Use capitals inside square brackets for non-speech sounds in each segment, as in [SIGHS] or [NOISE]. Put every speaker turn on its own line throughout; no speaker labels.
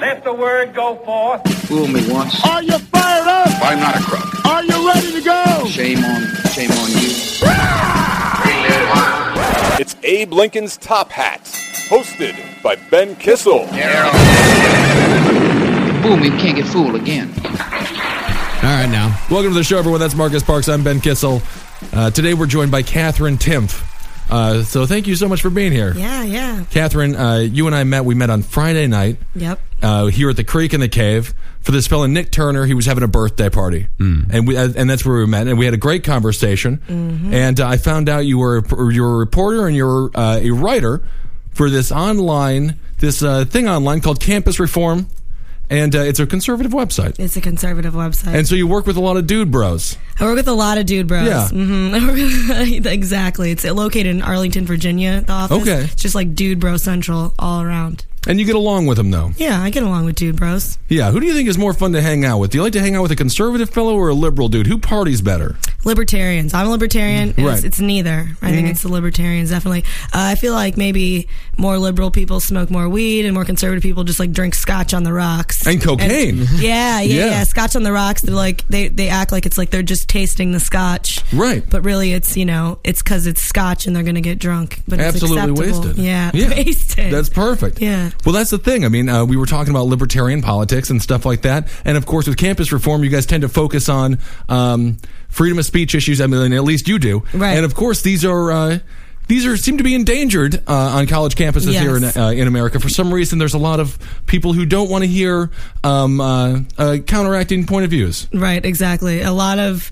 Let the word go forth.
Fool me once.
Are you fired up?
I'm not a crook.
Are you ready to go?
Shame on, shame on you.
It's Abe Lincoln's Top Hat, hosted by Ben Kissel.
Fool me, can't get fooled again.
All right, now. Welcome to the show, everyone. That's Marcus Parks. I'm Ben Kissel. Uh, today we're joined by Catherine Timpf. Uh, so thank you so much for being here.
Yeah, yeah.
Catherine, uh, you and I met. We met on Friday night
Yep.
uh, here at the Creek in the Cave for this fella Nick Turner. He was having a birthday party, and we uh, and that's where we met. And we had a great conversation.
Mm-hmm.
And uh, I found out you were a, you were a reporter and you're uh, a writer for this online this uh, thing online called Campus Reform, and uh, it's a conservative website.
It's a conservative website.
And so you work with a lot of dude bros.
I work with a lot of dude bros.
Yeah.
hmm [LAUGHS] I work with, exactly. It's located in Arlington, Virginia, the office.
Okay.
It's just like dude bro central all around.
And you get along with them, though.
Yeah, I get along with dude bros.
Yeah. Who do you think is more fun to hang out with? Do you like to hang out with a conservative fellow or a liberal dude? Who parties better?
Libertarians. I'm a libertarian. It's,
Right. Mm-hmm.
it's neither. I think it's the libertarians, definitely. Uh, I feel like maybe more liberal people smoke more weed and more conservative people just like drink scotch on the rocks.
And cocaine. [LAUGHS]
yeah, yeah,
Yeah.
yeah, Scotch on the rocks. They're like they, they act like it's like they're just tasting the scotch.
Right.
But really, it's you know it's because it's scotch and they're gonna get drunk. But
Absolutely
it's acceptable.
wasted.
Yeah, [LAUGHS] wasted.
That's perfect.
Yeah.
Well, that's the thing. I mean, uh, we were talking about libertarian politics and stuff like that, and of course, with campus reform, you guys tend to focus on um, freedom of speech issues. I mean, at least you do.
Right.
And of course, these are. Uh, these are seem to be endangered uh, on college campuses
Yes.
here in, uh, in America. For some reason, there's a lot of people who don't want to hear um, uh, uh, counteracting point of views.
right. Exactly. A lot of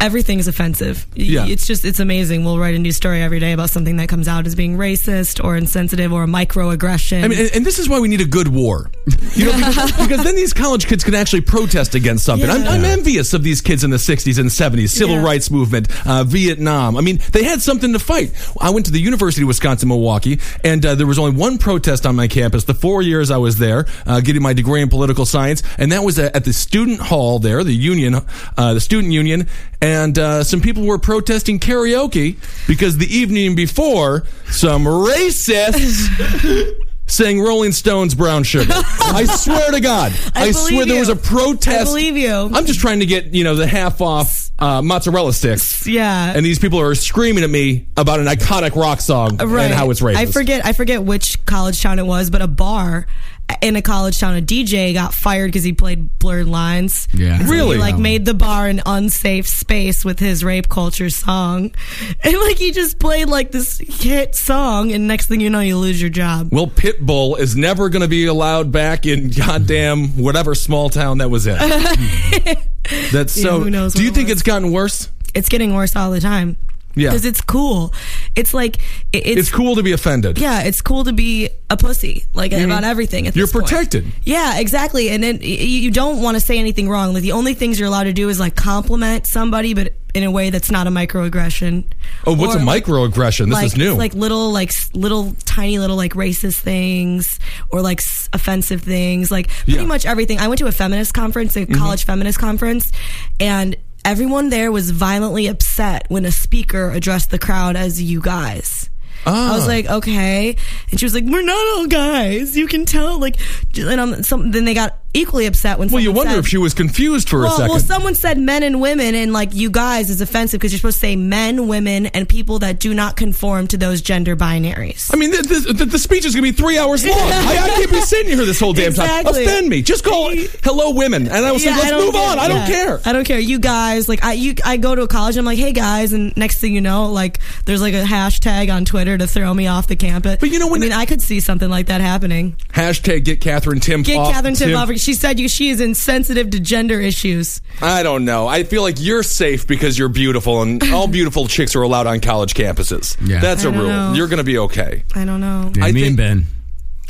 everything is offensive. Y-
Yeah.
It's just it's amazing. We'll write a new story every day about something that comes out as being racist or insensitive or a microaggression.
I mean, and, and this is why we need a good war, you know,
[LAUGHS]
because, because then these college kids can actually protest against something. I'm, I'm
Yeah.
envious of these kids in the '60s and '70s, civil
Yeah.
rights movement, uh, Vietnam. I mean, they had something to fight. I went to the University of Wisconsin Milwaukee, and uh, there was only one protest on my campus the four years I was there, uh, getting my degree in political science, and that was at, at the student hall there, the union, uh, the student union, and uh, some people were protesting karaoke because the evening before, some racists sang Rolling Stones Brown
[LAUGHS]
Sugar. I swear to God. I,
I
swear
believe
there
you.
was a protest.
I believe you.
I'm just trying to get, you know, the half off uh, mozzarella sticks.
yeah.
And these people are screaming at me about an iconic rock song and how it's racist.
I forget I forget which college town it was, but a bar in a college town, a DJ got fired because he played blurred lines.
Yeah.
And so
Really?
He like made the bar an unsafe space with his rape culture song, [LAUGHS] and like he just played like this hit song, and next thing you know, you lose your job.
Well, Pitbull is never going to be allowed back in goddamn whatever small town that was
[LAUGHS]
in. That's
Yeah,
so.
who knows
do
what
you
it
think
was.
it's gotten worse?
It's getting worse all the time.
Yeah.
because it's cool. It's like it- it's,
It's cool to be offended.
yeah, it's cool to be a pussy, like about everything. At
Mm-hmm. You're
this point.
protected.
Yeah, exactly. And then y- you don't want to say anything wrong. Like the only things you're allowed to do is like compliment somebody, but in a way that's not a microaggression.
Oh, what's
Or,
a
like-
microaggression? This
like,
is new.
Like little, like s- little, tiny, little, like racist things or like s- offensive things. Like pretty
Yeah. Mm-hmm.
much everything. I went to a feminist conference, a college feminist conference, and everyone there was violently upset when a speaker addressed the crowd as "you guys." I was
Ah.
like, okay, and she was like, "We're not all guys. You can tell." Like, and i some, then they got equally upset when.
well, you
someone
wonder
said-
if she was confused for a
well,
second.
well, someone said men and women, and like you guys is offensive because you're supposed to say men, women, and people that do not conform to those gender binaries.
I mean, th- th- th- the speech is going to be three hours
[LAUGHS]
long. I, I can't be sitting here this whole damn time.
Exactly.
Offend me. Just call it hello, women. And I will say,
Yeah,
let's
don't
move
care.
on. I don't
Yeah.
care.
I don't care. You guys, like I, you, I go to a college. I'm like, hey guys, and next thing you know, like there's like a hashtag on Twitter to throw me off the campus.
But you know when-
I mean, I could see something like that happening.
Hashtag get Catherine Tim
Get
off.
Catherine Tim off. She said you, she is insensitive to gender issues.
I don't know. I feel like you're safe because you're beautiful,
[LAUGHS]
and all beautiful chicks are allowed on college campuses.
Yeah.
That's
I
a
don't
rule.
know.
You're going to be okay.
I don't know.
Yeah,
I
me
think-
and Ben.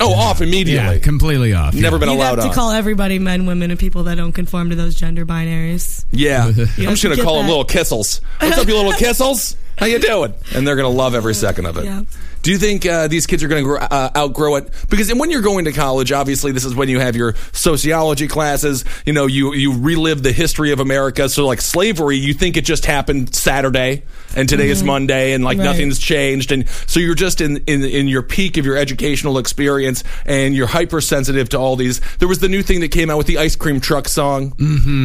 Oh, off immediately.
Yeah, completely off. [LAUGHS]
Never been
You
allowed
have to
on.
call everybody men, women, and people that don't conform to those gender binaries.
yeah,
[LAUGHS]
I'm
have
just
to
gonna
get
call them
that.
little kissels. What's up, you
[LAUGHS]
little kissels? How you doing? And they're gonna love every second of it.
Yeah.
Do you think uh, these kids are gonna grow, uh, outgrow it? Because when you're going to college, obviously this is when you have your sociology classes. You know, you you relive the history of America. So like slavery, you think it just happened Saturday, and today is Monday, and like
Mm-hmm. Right.
nothing's changed, and so you're just in in in your peak of your educational experience, and you're hypersensitive to all these. There was the new thing that came out with the ice cream truck song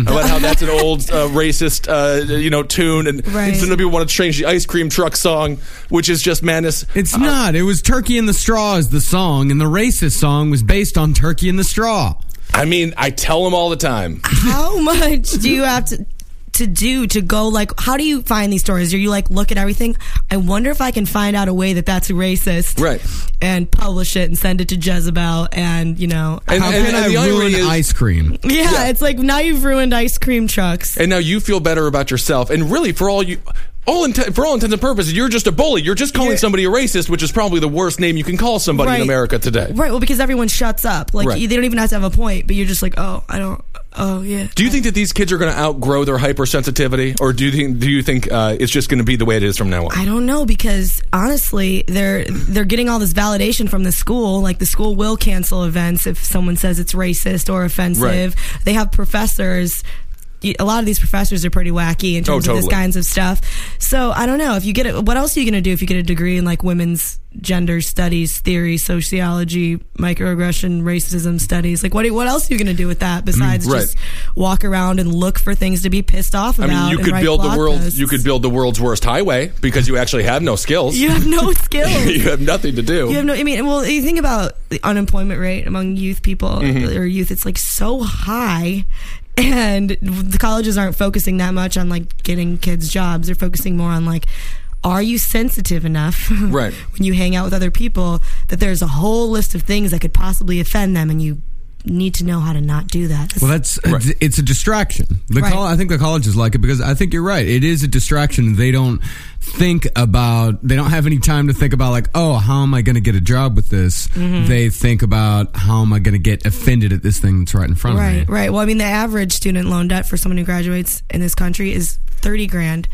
about how that's an old uh, racist uh, you know tune, and
Right.
some people want to change the ice cream truck song, which is just madness.
It's not. It was Turkey in the Straw is the song, and the racist song was based on Turkey in the Straw.
I mean, I tell them all the time.
How much do you have to to do to go like? How do you find these stories? Are you like look at everything? I wonder if I can find out a way that that's racist,
Right.
And publish it and send it to Jezebel, and you know,
And-
How
and-
can
and
I
the irony
ruin
is-
ice cream?
yeah, It's like now you've ruined ice cream trucks.
and now you feel better about yourself. And really, for all you, all inten- for all intents and purposes, you're just a bully. You're just calling somebody a racist, which is probably the worst name you can call somebody in
Right.
America today.
Right. Well, because everyone shuts up. Like
Right.
you, they don't even have to have a point, but you're just like, oh, I don't. Oh yeah.
Do you think that these kids are going to outgrow their hypersensitivity, or do you think do you think uh, it's just going to be the way it is from now on?
I don't know because honestly, they're they're getting all this validation from the school. Like the school will cancel events if someone says it's racist or offensive. They have professors. y- A lot of these professors are pretty wacky in terms of
Oh, totally.
this kinds of stuff. So I don't know if you get a, what else are you going to do if you get a degree in like women's gender studies, theory, sociology, microaggression, racism studies. Like what what else are you going to do with that besides
right.
just walk around and look for things to be pissed off
I
about?
mean, you
and
could
write
build the
blog
world.
posts?
You could build the world's worst highway because you actually have no skills.
[LAUGHS] You have
[LAUGHS]
no skills.
you have nothing to do.
You have no. I mean, well, you think about the unemployment rate among youth people or youth. It's like so high, and the colleges aren't focusing that much on like getting kids jobs. They're focusing more on like. Are you sensitive enough [LAUGHS]
Right.
when you hang out with other people that there's a whole list of things that could possibly offend them and you need to know how to not do that?
Well, that's uh, it's a distraction. The
Right.
col- I think the colleges like it because I think you're right. It is a distraction. They don't think about. They don't have any time to think about like, oh, how am I going to get a job with this? They think about how am I going to get offended at this thing that's right in front
Right,
of me.
right. Well, I mean, the average student loan debt for someone who graduates in this country is thirty grand,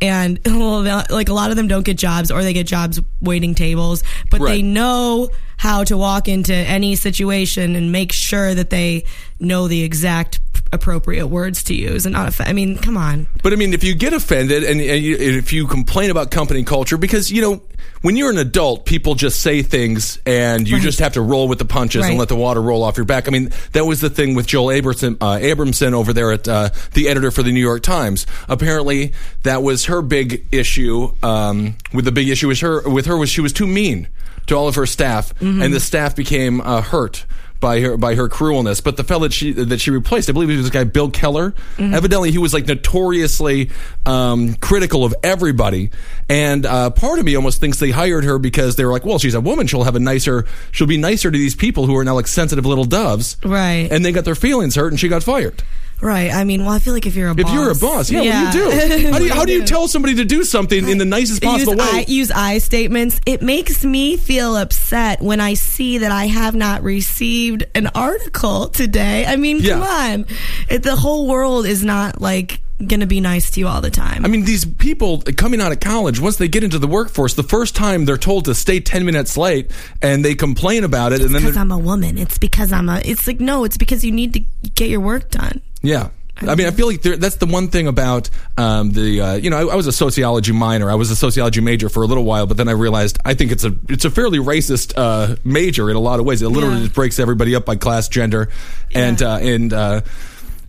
and [LAUGHS] well, the- like a lot of them don't get jobs or they get jobs waiting tables, but they
Right.
know how to walk into any situation and make sure that they know the exact appropriate words to use and not. Off- I mean, come on.
But I mean, if you get offended and, and you, if you complain about company culture, because you know, when you're an adult, people just say things and you just have to roll with the punches and
Right.
let the water roll off your back. I mean, that was the thing with Joel Abramson, uh, Abramson over there at uh, the editor for the New York Times. Apparently, that was her big issue. Um, with the big issue was her with her was she was too mean to all of her staff,
Mm-hmm.
and the staff became uh, hurt by her by her cruelness. But the fellow that she that she replaced, I believe it was this guy Bill Keller.
Mm-hmm.
Evidently, he was like notoriously um, critical of everybody. And uh, part of me almost thinks they hired her because they were like, well, she's a woman; she'll have a nicer, she'll be nicer to these people who are now like sensitive little doves,
Right.
And they got their feelings hurt, and she got fired.
Right. I mean, well, I feel like if you're a
If
boss,
you're a boss, yeah, what
[LAUGHS]
do
Yeah.
you do? How do you,
What
how do you tell somebody to do something in the nicest possible
use
way?
I, use I statements. It makes me feel upset when I see that I have not received an article today. I mean,
Yeah.
come on. It, the whole world is not like going to be nice to you all the time.
I mean, these people coming out of college, once they get into the workforce, the first time they're told to stay 10 minutes late and they complain about it. and then,
because
they're-
I'm a woman. It's because I'm a. It's like no. It's because you need to get your work done.
yeah. I mean, I feel like there- that's the one thing about um, the uh, you know I, I was a sociology minor, I was a sociology major for a little while, but then I realized I think it's a it's a fairly racist uh, major in a lot of ways. It literally
Yeah.
just breaks everybody up by class, gender, and
Yeah.
uh, and uh,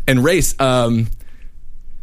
and race. Um,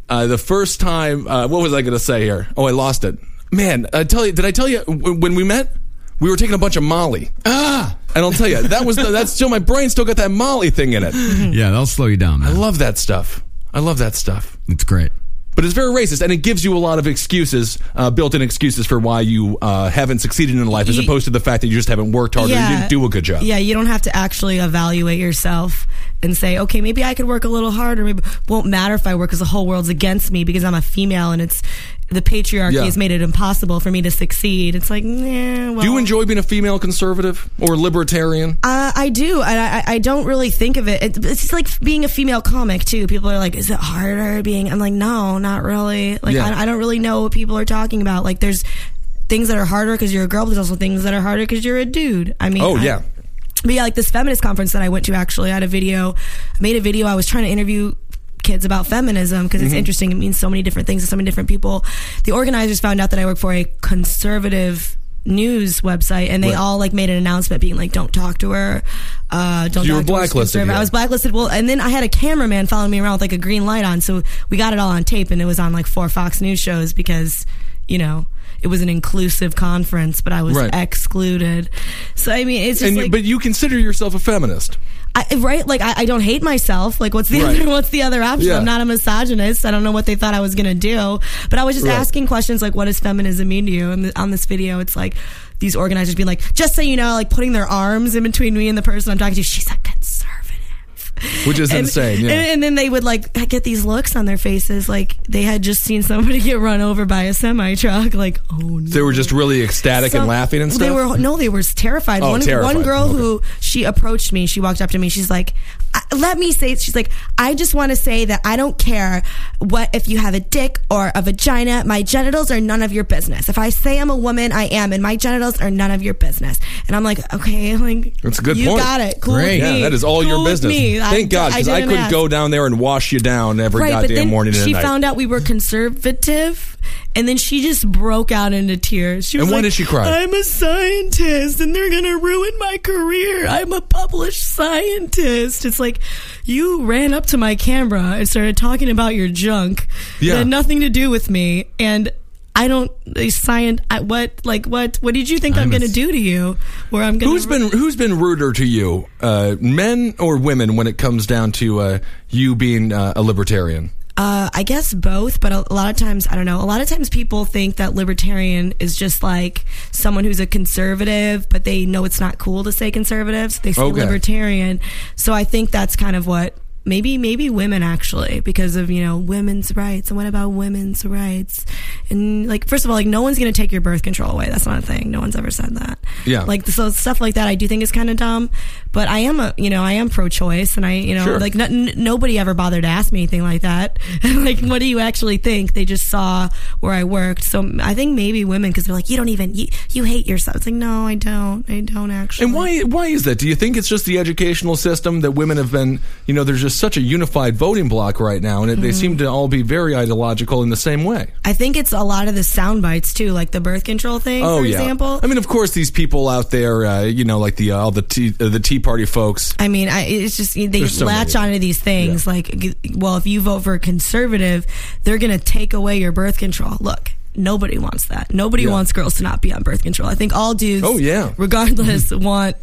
uh, the first time, uh, what was I going to say here? Oh, I lost it. Man, I tell you, did I tell you w- when we met? We were taking a bunch of Molly. Ah, and I'll tell you, that was the, that's still my brain still got that Molly thing in it. I
Yeah, that'll slow you down. Man.
love that stuff. I love that stuff.
It's great.
But it's very racist, and it gives you a lot of excuses, uh, built-in excuses for why you uh, haven't succeeded in life, as
You-
opposed to the fact that you just haven't worked hard or Oh, you didn't do a good job.
Yeah, you don't have to actually evaluate yourself and say, okay, maybe I could work a little harder. Maybe it won't matter if I work because the whole world's against me because I'm a female and it's the patriarchy
Yeah.
has made it impossible for me to succeed. It's like, nah, well.
Do you enjoy being a female conservative or libertarian?
Uh, I do, and I, I- I don't really think of it. it. It's just like being a female comic too. People are like, "Is it harder being?" I'm like, "No, not really." Like,
Yeah.
I, I don't really know what people are talking about. Like, there's things that are harder because you're a girl, but there's also things that are harder because you're a dude. I mean,
Oh
I-
yeah.
but yeah, like this feminist conference that I went to actually, I had a video, I made a video. I was trying to interview kids about feminism because
Mm-hmm.
it's interesting. It means so many different things to so many different people. The organizers found out that I work for a conservative news website and they all like made an announcement being like don't talk to her uh don't
You were
talk to her, she's
blacklisted,
conservative."
yeah.
i was blacklisted well and then i had a cameraman following me around with like a green light on so we got it all on tape and it was on like four fox news shows because you know it was an inclusive conference but i was
Right.
excluded so i mean it's just
And you
like,
but you consider yourself a feminist.
I, right? Like I, I don't hate myself. Like what's the
Right.
other [LAUGHS] what's the other option?
Yeah.
I'm not a misogynist. I don't know what they thought I was gonna do, but I was just
Right.
asking questions like, "What does feminism mean to you?" And the, on this video, it's like these organizers being like, "Just so you know," like putting their arms in between me and the person I'm talking to. She's a conservative,
Which is
[LAUGHS] And-
insane, yeah.
And, and then they would like get these looks on their faces, like they had just seen somebody [LAUGHS] get run over by a semi truck. Like, oh no.
They were just really ecstatic and
Some-
laughing and stuff.
They were no, they were terrified.
Oh,
One
terrified.
one girl
Okay.
who she approached me, she walked up to me. She's like, "I- "Let me say." She's like, "I just want to say that I don't care what if you have a dick or a vagina. My genitals are none of your business. If I say I'm a woman, I am, and my genitals are none of your business." And I'm like, "Okay, [LAUGHS] like
That's a good
You
point.
got it. Cool. with
Great.
yeah,
me.
that is all
Cool
your
with
business.
me. I-
Thank God, because I,
didn't
couldn't
ask.
go down there and wash you down every
But
goddamn
then
morning and
she
night.
found out we were conservative, and then she just broke out into tears. She was
And why
like,
did she cry?
I'm a scientist, and they're gonna ruin my career. I'm a published scientist. It's like you ran up to my camera and started talking about your junk
Yeah.
that had nothing to do with me, and. I don't a scient. I, what like what? What did you think I'm,
I'm a
going to
s-
do to you? Where I'm going?
Who's been who's been ruder to you, uh, men or women, when it comes down to uh, you being uh, a libertarian?
Uh, I guess both, but a, a lot of times, I don't know, a lot of times people think that libertarian is just like someone who's a conservative, but they know it's not cool to say conservative, so they say
Okay.
libertarian. So I think that's kind of what maybe maybe women actually because of you know women's rights and what about women's rights and like first of all like no one's going to take your birth control away that's not a thing no one's ever said that
Yeah.
like so stuff like that i do think is kind of dumb but i am a you know i am pro-choice and i you know
Sure.
like not, n- nobody ever bothered to ask me anything like that. [LAUGHS] like, what do you actually think? They just saw where I worked. So I think maybe women, because they're like, you don't even, you, you hate yourself. It's like, no, I don't. I don't actually.
And why why is that? Do you think it's just the educational system that women have been? You know, there's just such a unified voting bloc right now, and it,
Mm-hmm.
they seem to all be very ideological in the same way.
I think it's a lot of the sound bites too, like the birth control thing,
oh
for
yeah.
example.
I mean, of course, these people out there, uh, you know, like the uh, all the tea, uh, the Tea Party folks.
I mean, I, it's just they
There's so
latch
many.
onto these things. Like, g- well, if you vote for a conservative, they're going to take away your birth control. Look, nobody wants that. Nobody
Yeah.
wants girls to not be on birth control. I think all dudes,
Oh, yeah. Mm-hmm.
regardless, want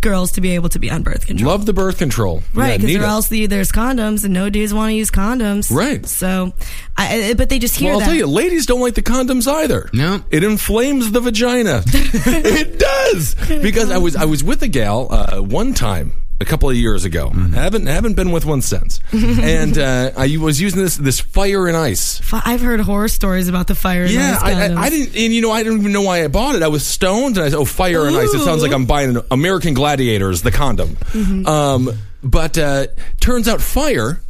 girls to be able to be on birth control.
Love the birth control, Yeah,
Right, because
need
or
it.
else the, there's condoms, and no dudes want to use condoms.
Right.
So, I, I- but they just hear
Well, I'll
that.
tell you, ladies don't like the condoms either.
No.
it inflames the
[LAUGHS]
vagina. it does because I was I was with a gal uh, one time a couple of years ago. Haven't haven't been with one since. and uh, I was using this this fire and ice.
F- I've heard horror stories about the fire. in
Yeah,
those
I,
condoms.
I, I didn't, and you know, I didn't even know why I bought it. I was stoned, and I said, "Oh, fire and ice." It sounds like I'm buying an American Gladiators, the condom.
Mm-hmm.
Um, but uh, turns out fire.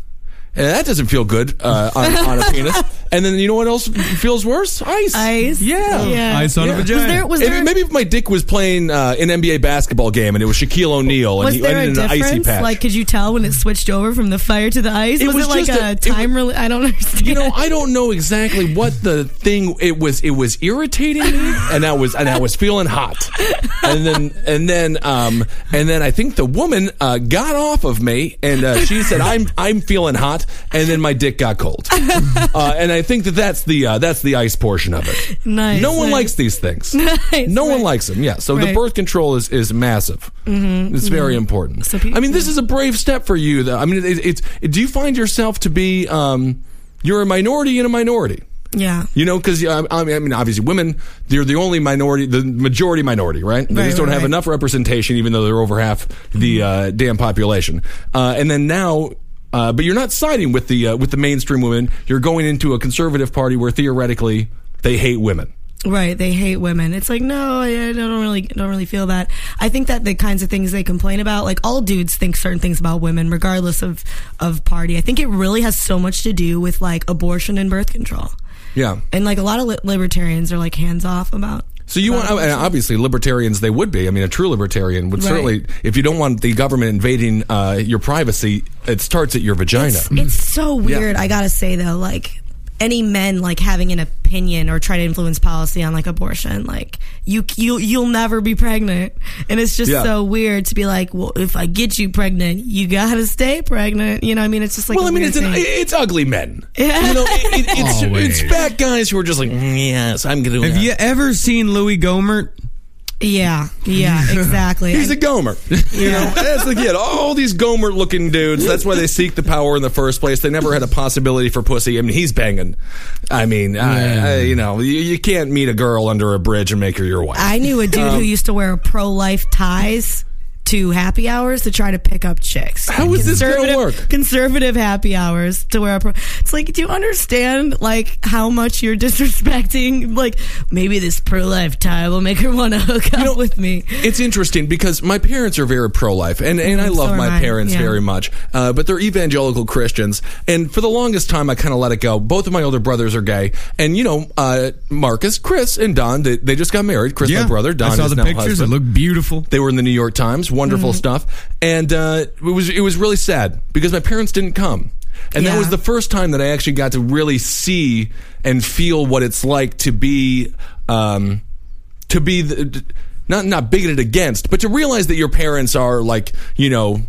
And that doesn't feel good uh, on, on a
[LAUGHS]
penis. And then you know what else feels worse? Ice.
Ice.
Yeah.
Yeah.
Ice on
Yeah.
a
Was
vagina.
Was there was
If-
there
maybe if my dick was playing uh, an NBA basketball game and it was Shaquille O'Neal and
was
he
there a
ended in an icy
difference?
patch.
Like, could you tell when it switched over from the fire to the ice?
It
was,
was
it like
just
a,
a- it
time? rela- I don't [LAUGHS] understand.
you know, I don't know exactly what the thing it was. It was irritating me, and I was and I was feeling hot, and then and then um and then I think the woman uh, got off of me, and uh, she said, "I'm I'm feeling hot," and then my dick got cold, uh, and I think that that's the uh, that's the ice portion of it.
Nice,
No one
nice.
likes these things.
[LAUGHS] Nice,
no one
right.
likes them. Yeah. So the
Right. Mm-hmm,
birth control is is massive. It's very important.
So pe-
I mean, this is a brave step for you. Though. I mean, it, it's do you find yourself to be um, you're a minority in a minority?
yeah.
You know, because I mean, I mean, obviously, women they're the only minority, the majority minority, right? They
Right,
just don't
right,
have
right.
enough representation, even though they're over half the uh, damn population. Uh, and then now. Uh, but you're not siding with the uh, with the mainstream women. You're going into a conservative party where theoretically they hate women.
Right, they hate women. It's like no, I I don't really don't really feel that. I think that the kinds of things they complain about, like all dudes think certain things about women, regardless of of party. I think it really has so much to do with like abortion and birth control,
Yeah.
and like a lot of li- libertarians are like hands off about.
So you want, and obviously, libertarians they would be. I mean, a true libertarian would
Right.
certainly, if you don't want the government invading uh, your privacy, it starts at your vagina.
It's so weird. I gotta say though, like any men like having an opinion or trying to influence policy on like abortion, like you you you'll never be pregnant, and it's just
Yeah.
so weird to be like, well, if I get you pregnant, you gotta stay pregnant. You know, what I mean, it's just like
well,
a
I mean,
weird
it's an,
thing.
it's ugly men.
Yeah.
You know, it, it,
[LAUGHS]
it's,
Always.
it's fat guys who are just like, "Mm, yes, I'm gonna.
Have you ever seen Louis Gohmert?
yeah,
[LAUGHS]
yeah, exactly.
He's a
[LAUGHS]
Gomer. You know, that's the kid. All these Gomer looking dudes. That's why they seek the power in the first place. They never had a possibility for pussy. I mean, he's banging. I mean, I, I, you know, you, you can't meet a girl under a bridge and make her your wife.
I knew a dude
Um,
who used to wear pro life ties to happy hours to try to pick up chicks.
How is this gonna
Conservative-
work?
Conservative happy hours to wear a pro. It's like, do you understand like how much you're disrespecting? Like maybe this pro life tie will make her want to hook up
know,
with me.
It's interesting because my parents are very pro life, and, and I
Mm,
love
so
my
am I,
parents
yeah.
very much, uh, but they're evangelical Christians. And for the longest time, I kind of let it go. Both of my older brothers are gay. And, you know, uh, Marcus, Chris, and Don, they, they just got married. Chris, my brother, Don
I saw
is
the
now
pictures.
husband.
It looked beautiful.
They were in the New York Times, wonderful stuff, and uh, it was it was really sad because my parents didn't come, and that
Yeah.
was the first time that I actually got to really see and feel what it's like to be, um, to be the, not not bigoted against, but to realize that your parents are like you know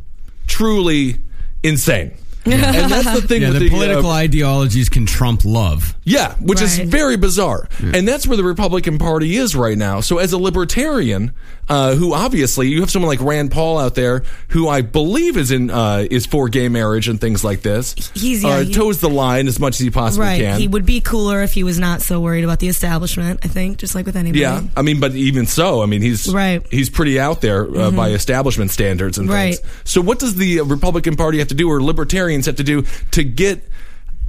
truly insane, and that's the thing.
Yeah,
with
the,
uh,
political ideologies can trump love.
yeah, which is
Right.
very bizarre. And that's where the Republican Party is right now. So, as a libertarian, uh, who obviously you have someone like Rand Paul out there, who I believe is in uh, is for gay marriage and things like this.
He's- yeah,
uh,
he-
toes the line as much as he possibly
Right.
can.
He would be cooler if he was not so worried about the establishment, I think, just like with anybody.
Yeah, I mean, but even so, I mean, he's
Right. Mm-hmm.
He's pretty out there uh, by establishment standards and
Right.
things. So, what does the uh, Republican Party have to do, or libertarians have to do, to get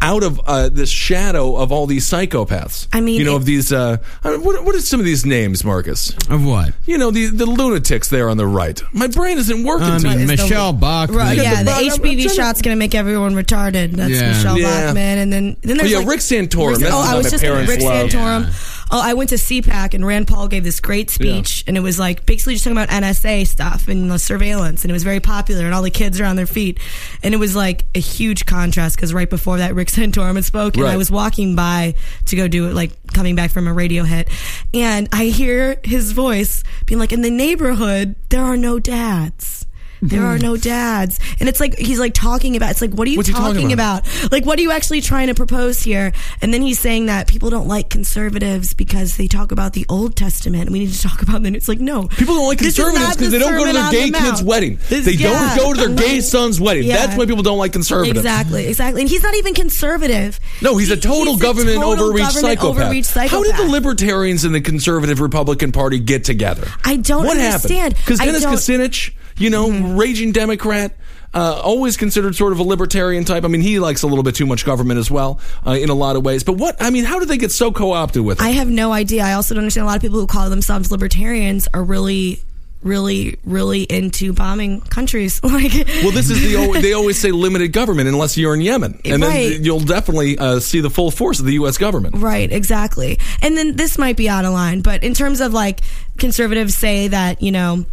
out of uh, the shadow of all these psychopaths?
I mean,
you know,
it-
of these. Uh, I mean, what, what are some of these names, Marcus?
Of what?
You know, the the lunatics there on the right. My brain isn't working.
I
tonight.
mean, Michelle Bach.
Right,
the-
yeah, the
I'm- I'm
HPV
trying to-
shot's gonna make everyone retarded. That's
Yeah.
Michelle
Yeah. Oh,
Bachman, and then then there's
yeah,
like-
Rick Santorum.
Rick-
That's
oh,
the
I
guy
was
my
just
parents
Rick
love.
Santorum. Oh, I went to CPAC and Rand Paul gave this great speech, and it was like basically just talking about NSA stuff and the surveillance, and it was very popular, and all the kids are on their feet, and it was like a huge contrast because right before that Rick [LAUGHS] Santorum had spoke, and
Right.
I was walking by to go do it, like coming back from a radio hit, and I hear his voice being like, "In the neighborhood, there are no dads." There are no dads, and it's like he's like talking about. It's like, what are
Mm.
you
What's he
talking,
talking about?
about? out. Like, what are you actually trying to propose here? And then he's saying that people don't like conservatives because they talk about the Old Testament. and We need to talk about the New. It's like, no.
People don't like
This is
conservatives
not
because
the
they don't go to
Sermon
their
on
gay
the
kids'
Mount.
wedding.
This-
they
yeah.
don't go to their gay
Right.
son's wedding.
Yeah.
That's why people don't like conservatives.
Exactly, exactly. And he's not even conservative.
No, he's a
He-
total
he's a
government,
total
overreach,
government
psychopath.
overreach
How did the
psychopath.
libertarians and the conservative Republican Party get together?
I don't
what
understand.
Because
I
Dennis
don't- Mm-hmm.
Kucinich, you know, raging Democrat, uh, always considered sort of a libertarian type. I mean, he likes a little bit too much government as well uh, in a lot of ways. But what? I mean, how did they get so co-opted with it?
I have no idea. I also don't understand a lot of people who call themselves libertarians are really, really, really into bombing countries. [LAUGHS] Like,
well, this
[LAUGHS]
is the al- they always say limited government unless you're in Yemen, and
Right.
then you'll definitely uh, see the full force of the U.S. government.
Right, exactly. And then this might be out of line, but in terms of like conservatives say that, you know,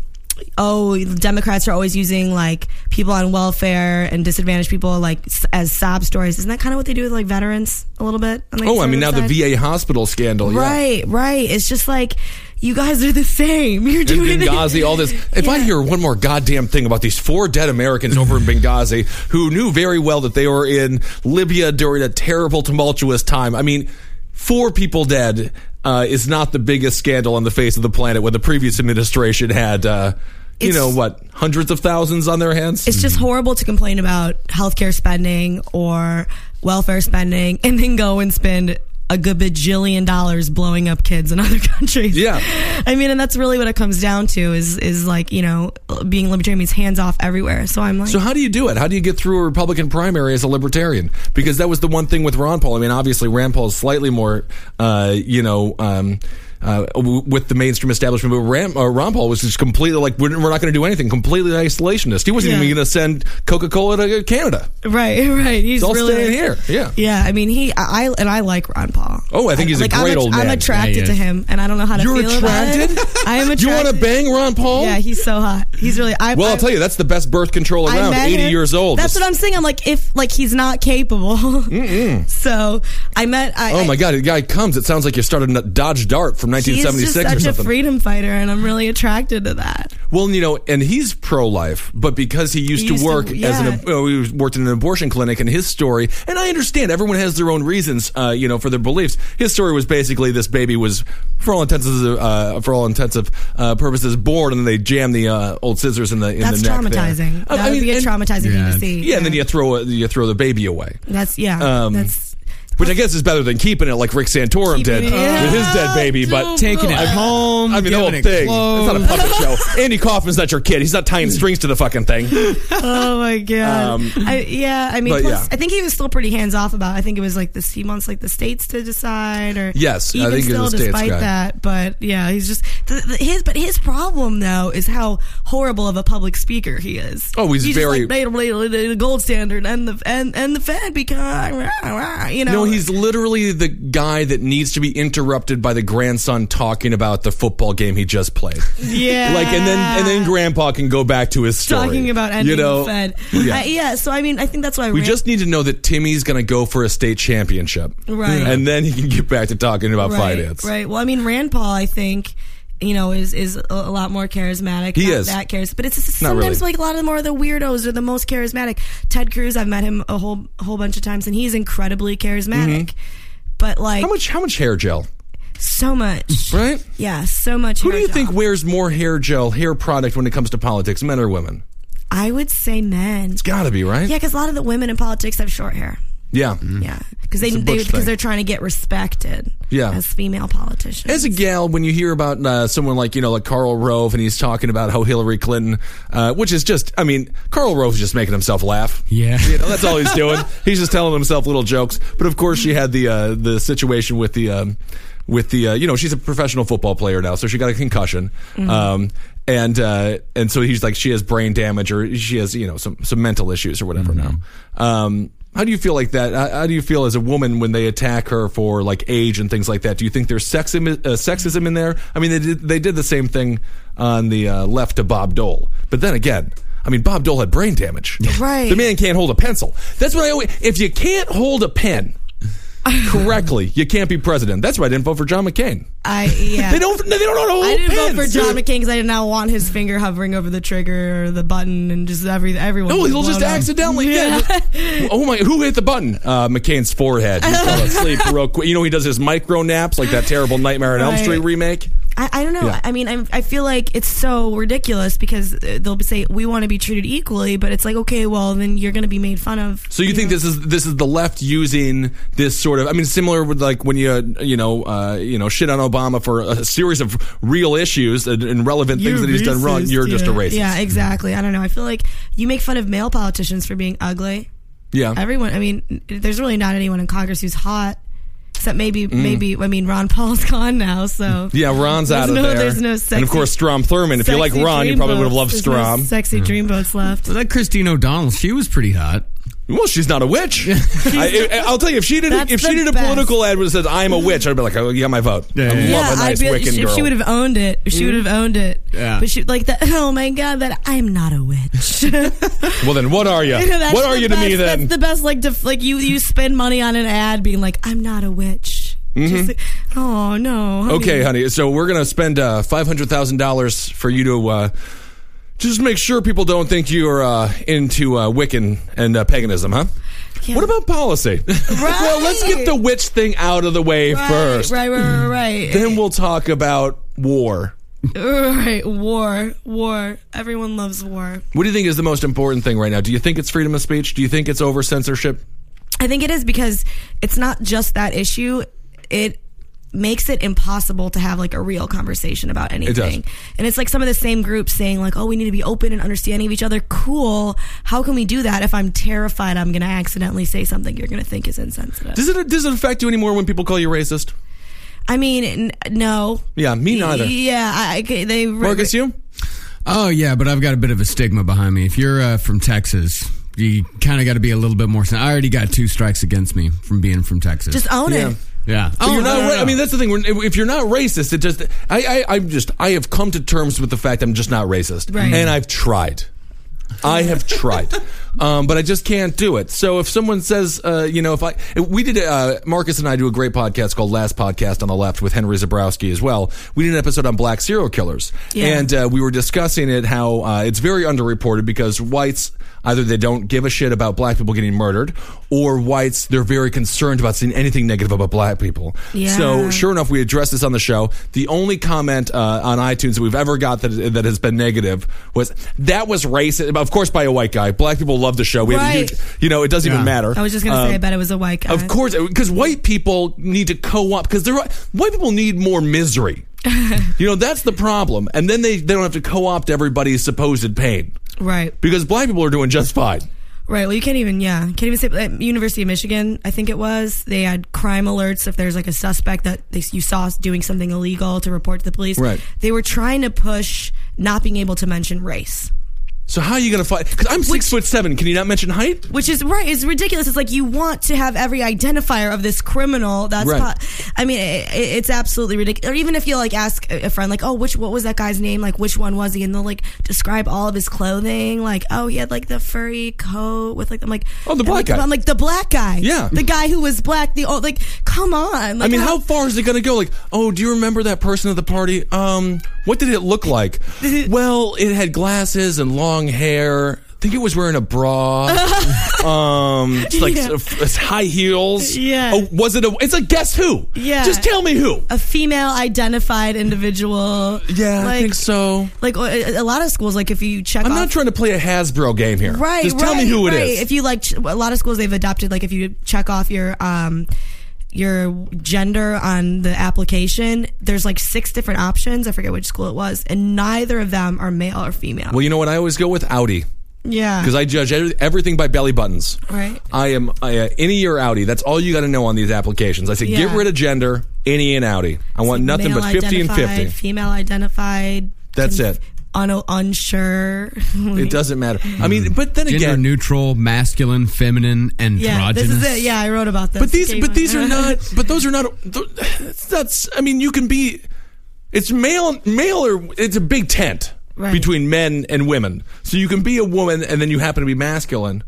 oh, Democrats are always using like people on welfare and disadvantaged people like s- as sob stories. Isn't that kind of what they do with like veterans a little bit? on the
Oh, I mean, now
conservative
the
side?
VA hospital scandal, yeah.
Right, right. It's just like you guys are the same. [LAUGHS] You're
in
doing it-
Benghazi, all this. If I
Yeah.
hear one more goddamn thing about these four dead Americans over in Benghazi who knew very well that they were in Libya during a terrible, tumultuous time, I mean, four people dead uh, is not the biggest scandal on the face of the planet when the previous administration had, uh, you
It's-
know, what, hundreds of thousands on their hands?
It's just horrible to [LAUGHS] complain about healthcare spending or welfare spending and then go and spend a good bajillion dollars blowing up kids in [LAUGHS] other countries.
Yeah.
I mean, and that's really what it comes down to is is like you know being libertarian means hands off everywhere. So I'm like,
So how do you do it? How do you get through a Republican primary as a libertarian? Because that was the one thing with Ron Paul. I mean, obviously Rand Paul is slightly more, uh, you know. Um, uh, w- with the mainstream establishment, but Ram, uh, Ron Paul was just completely like, we're, we're not going to do anything, completely isolationist. He wasn't
Yeah.
even going to send Coca Cola to Canada.
[LAUGHS] right, right. He's
It's all
really
staying here. Yeah.
Yeah, I mean he, I I- and I like Ron Paul.
Oh, I think he's a
like, I'm
great
att-
old
I'm
man.
Yeah,
attracted
he
to
is.
him, and I don't know how to
You're
feel about it.
attracted?
[LAUGHS] I am attracted.
You want to bang Ron Paul?
Yeah, he's so hot. He's really. I,
well,
I,
I'll tell you, that's the best birth control
I
around.
met
80
him.
years old.
That's
Just-
what I'm saying. I'm like, if like he's not capable. [LAUGHS] So I met. I,
Oh
I-
my God! The guy comes. It sounds like you started a Dodge Dart from
He's
1976
just
or
such a
something.
freedom fighter, and I'm really attracted to that.
Well, you know, and he's pro-life, but because he used
He
to
used to-
work as an
yeah.
uh, he worked in an abortion clinic, and his story, and I understand everyone has their own reasons, uh, you know, for their beliefs. His story was basically this baby was, for all intents and, uh, for all intents and uh, purposes, born, and then they jam the uh, old scissors in the in
That's
the neck. there. Oh,
traumatizing.
I-
that
I
would
mean,
be a
and-
traumatizing
Yeah.
thing to see.
Yeah, and then you throw a, you throw the baby away.
That's yeah.
Um,
that's
Which I guess is better than keeping it like Rick Santorum did
Keeping it-
with his dead
Yeah.
baby, but
Taking it home.
I mean, the
giving
whole
it
thing. It's not a
clothes.
puppet show. Andy Kaufman's not your kid. He's not
[LAUGHS]
tying strings to the fucking thing.
oh my god.
Um,
I, yeah, I mean,
but
plus,
yeah.
I think he was still pretty hands off about. it. I think it was like this. He wants like the states to decide, or
Yes, I
even
think it's
still,
a states
despite
guy.
that. But yeah, he's just th th his. But his problem though is how horrible of a public speaker he is.
Oh, he's
just
very-
like, "Blah, blah, blah, blah, the gold standard and the and and the Fed because rah, rah," you know.
No, he's literally the guy that needs to be interrupted by the grandson talking about the football game he just played.
yeah,
Like, and then and then grandpa can go back to his story.
talking about ending
you know?
the Fed.
Yeah.
I- yeah, so I mean, I think that's why
we
Rand-
just need to know that Timmy's going to go for a state championship.
Right.
And then he can get back to talking about
right,
finance.
Right. Well, I mean, Rand Paul, I think, you know, is is a, a lot more charismatic.
He
not
is.
that charismatic, but it's, it's
Not really.
sometimes like a lot of the more of the weirdos are the most charismatic. Ted Cruz, I've met him a whole whole bunch of times, and he's incredibly charismatic. But like
Mm-hmm. How much how much hair gel?
so much,
Right?
yeah, so much.
Who do
hair
you
gel.
think wears more hair gel, hair product when it comes to politics, men or women?
I would say men.
Gotta be, right?
Yeah, because a lot of the women in politics have short hair.
Yeah.
Yeah, because they
It's a
they
Bush
because
thing.
they're trying to get respected.
Yeah.
as female politicians.
As a gal, when you hear about uh, someone like you know like Karl Rove, and he's talking about how Hillary Clinton, uh, which is just, I mean, Karl Rove's just making himself laugh.
Yeah.
You know, that's all he's doing. He's just telling himself little jokes. But of course, she had the uh, the situation with the um, with the uh, you know she's a professional football player now, so she got a concussion. Um, and uh, and so he's like she has brain damage or she has you know some some mental issues or whatever now. Um, how do you feel like that? How, how do you feel as a woman when they attack her for like age and things like that? Do you think there's sexism, uh, sexism in there? I mean, they did, they did the same thing on the uh, left to Bob Dole, but then again, I mean, Bob Dole had brain damage.
Right.
The man can't hold a pencil. That's what I always. If you can't hold a
[LAUGHS]
pen correctly, you can't be president. That's why I didn't vote for John McCain.
I
[LAUGHS]
yeah.
They don't. They don't know how to hold
I didn't vote for
pens.
John McCain because I did not want his finger hovering over the trigger or the button and just every everyone.
No,
was
he'll just
blown up.
accidentally. Yeah. [LAUGHS] oh my! Who hit the button? Uh, McCain's forehead. He fell
[LAUGHS]
asleep real quick. You know he does his micro naps like that terrible Nightmare on Elm
Right.
Street remake.
I, I don't know.
Yeah.
I mean, I'm, I feel like it's so ridiculous because uh, they'll say we want to be treated equally, but it's like okay, well then you're going to be made fun of.
So you think this is this is the left using this sort of? I mean, similar with like when you uh, you know uh, you know shit on Obama for a series of real issues and, and relevant things that he's done wrong. You're just a racist.
Yeah, exactly. I don't know. I feel like you make fun of male politicians for being ugly.
Yeah.
Everyone. I mean, there's really not anyone in Congress who's hot. Except maybe, maybe I mean Ron Paul's [LAUGHS] gone now, so
Mm. yeah, Ron's
There's
out of
no-
there.
there's no sexy-
and of course, Strom Thurmond. If you like
Sexy
Ron, you probably would have loved
dreamboats. There's no
Strom.
Sexy dreamboats left.
That Christine O'Donnell, she was pretty hot.
Well, she's not a
[LAUGHS]
witch. [LAUGHS] I, I- I'll tell you, if she did,
That's
if she
the
did a
best.
political ad that says "I'm a witch," I'd be like, "Oh, you got my vote." I
Yeah,
love
yeah,
a nice
I bet
Wiccan
she,
girl. Mm-hmm.
if she would have owned it, she would have owned it.
Yeah.
But she like that. Oh my god, that I'm not
[LAUGHS]
a witch. [LAUGHS]
well, then, what are you?
That's
what are
the
you
best,
to me then?
That's the best. Like def- like you you spend money on an ad being like I'm not a witch. Just like, oh no.
Mm-hmm.
honey."
okay, honey. So we're gonna spend uh, five hundred thousand dollars for you to uh, just make sure people don't think you're uh, into uh, Wiccan and uh, paganism, huh?
Yeah.
What about policy? well, let's get the witch thing out of the way
right,
first.
Right, right, right, right.
Then we'll talk about war.
right. War, war. Everyone loves war.
What do you think is the most important thing right now? Do you think it's freedom of speech? Do you think it's over censorship?
I think it is because it's not just that issue. it makes it impossible to have like a real conversation about anything. And it's like some of the same groups saying like, "Oh, we need to be open and understanding of each other." Cool. How can we do that if I'm terrified I'm going to accidentally say something you're going to think is insensitive?
Does it does it affect you anymore when people call you racist?
I mean, n- no.
Yeah, me neither.
Yeah, I, I- they
Marcus, you?
Oh yeah, but I've got a bit of a stigma behind me. If you're uh, from Texas, you kind of got to be a little bit more. I already got two strikes against me from being from Texas.
just own
Yeah.
it.
yeah.
Oh, you're
no,
not.
no,
ra-
no.
I mean, that's the thing. When- If you're not racist, it just. I, I, I'm just. I have come to terms with the fact I'm just not racist,
Right.
and I've tried. I have tried, um, but I just can't do it. So if someone says, uh, you know, if I, we did, uh, Marcus and I do a great podcast called Last Podcast on the Left with Henry Zabrowski as well. We did an episode on black serial killers,
Yeah.
and uh, we were discussing it how uh, it's very underreported because whites either they don't give a shit about black people getting murdered, or whites they're very concerned about seeing anything negative about black people. So
Yeah.
sure enough, we addressed this on the show. The only comment uh, on iTunes that we've ever got that that has been negative was that was racist. Of course, by a white guy. Black people love the show. We have a
Right.
huge, you know, it doesn't even
Yeah.
matter.
I was just gonna say, I
Um,
bet it was a white guy.
Of course, because white people need to co-opt because they're white people need more
[LAUGHS]
misery. you know that's the problem, and then they, they don't have to co-opt everybody's supposed pain
Right.
because black people are doing just fine.
Right. Well, you can't even, yeah. Can't even say, at University of Michigan, I think it was, they had crime alerts if there's like a suspect that they, you saw doing something illegal to report to the police.
Right.
They were trying to push not being able to mention race.
So how are you going to fight? Because I'm six foot seven. Can you not mention height?
Which is right. It's ridiculous. It's like you want to have every identifier of this criminal. That's
Right.
po- I mean, it, it's absolutely ridiculous. Or even if you like ask a a friend, like, oh, which what was that guy's name? Like, which one was he? And they'll like describe all of his clothing. Like, oh, he had like the furry coat with like. I'm like,
Oh, the
I'm
black
like,
guy.
I'm like the black guy.
Yeah.
the guy who was black. The old like, come on.
I
Like,
mean, how far is it going to go? Like, oh, do you remember that person at the party? Um, what did it look like? well, it had glasses and long hair. I think it was wearing a
[LAUGHS]
bra. um, it's like
Oh, Yeah.
s- it's high heels.
Yeah.
Oh, was it a? It's a guess who.
Yeah. Uh,
Just tell me who.
a female identified individual.
Yeah, I think so.
Like a a lot of schools, like if you check,
I'm
off,
not trying to play a Hasbro game here.
Right.
Just tell
right,
me who it is.
right. If you like, ch- a lot of schools they've adopted like if you check off your um your gender on the application, there's like six different options. I forget which school it was, and neither of them are male or female.
well, you know what? I always go with Audi
yeah,
because I judge every- everything by belly buttons.
right.
I am I, uh, any year Audi. That's all you got to know on these applications. I say
Yeah.
get rid of gender, any and Audi. I want nothing
Male
but fifty and
identified,
fifty.
Female identified.
That's
conf-
it.
Un- unsure. [LAUGHS]
It doesn't matter. I mean, but then
Gender
again,
neutral, masculine, feminine,
yeah,
androgynous.
this is it. Yeah, I wrote about this.
but these
Gay
but these
one.
are
[LAUGHS]
not. But those are not. [SIGHS] That's. I mean, you can be. It's male male or it's a big tent
Right.
between men and women. So you can be a woman and then you happen to be masculine.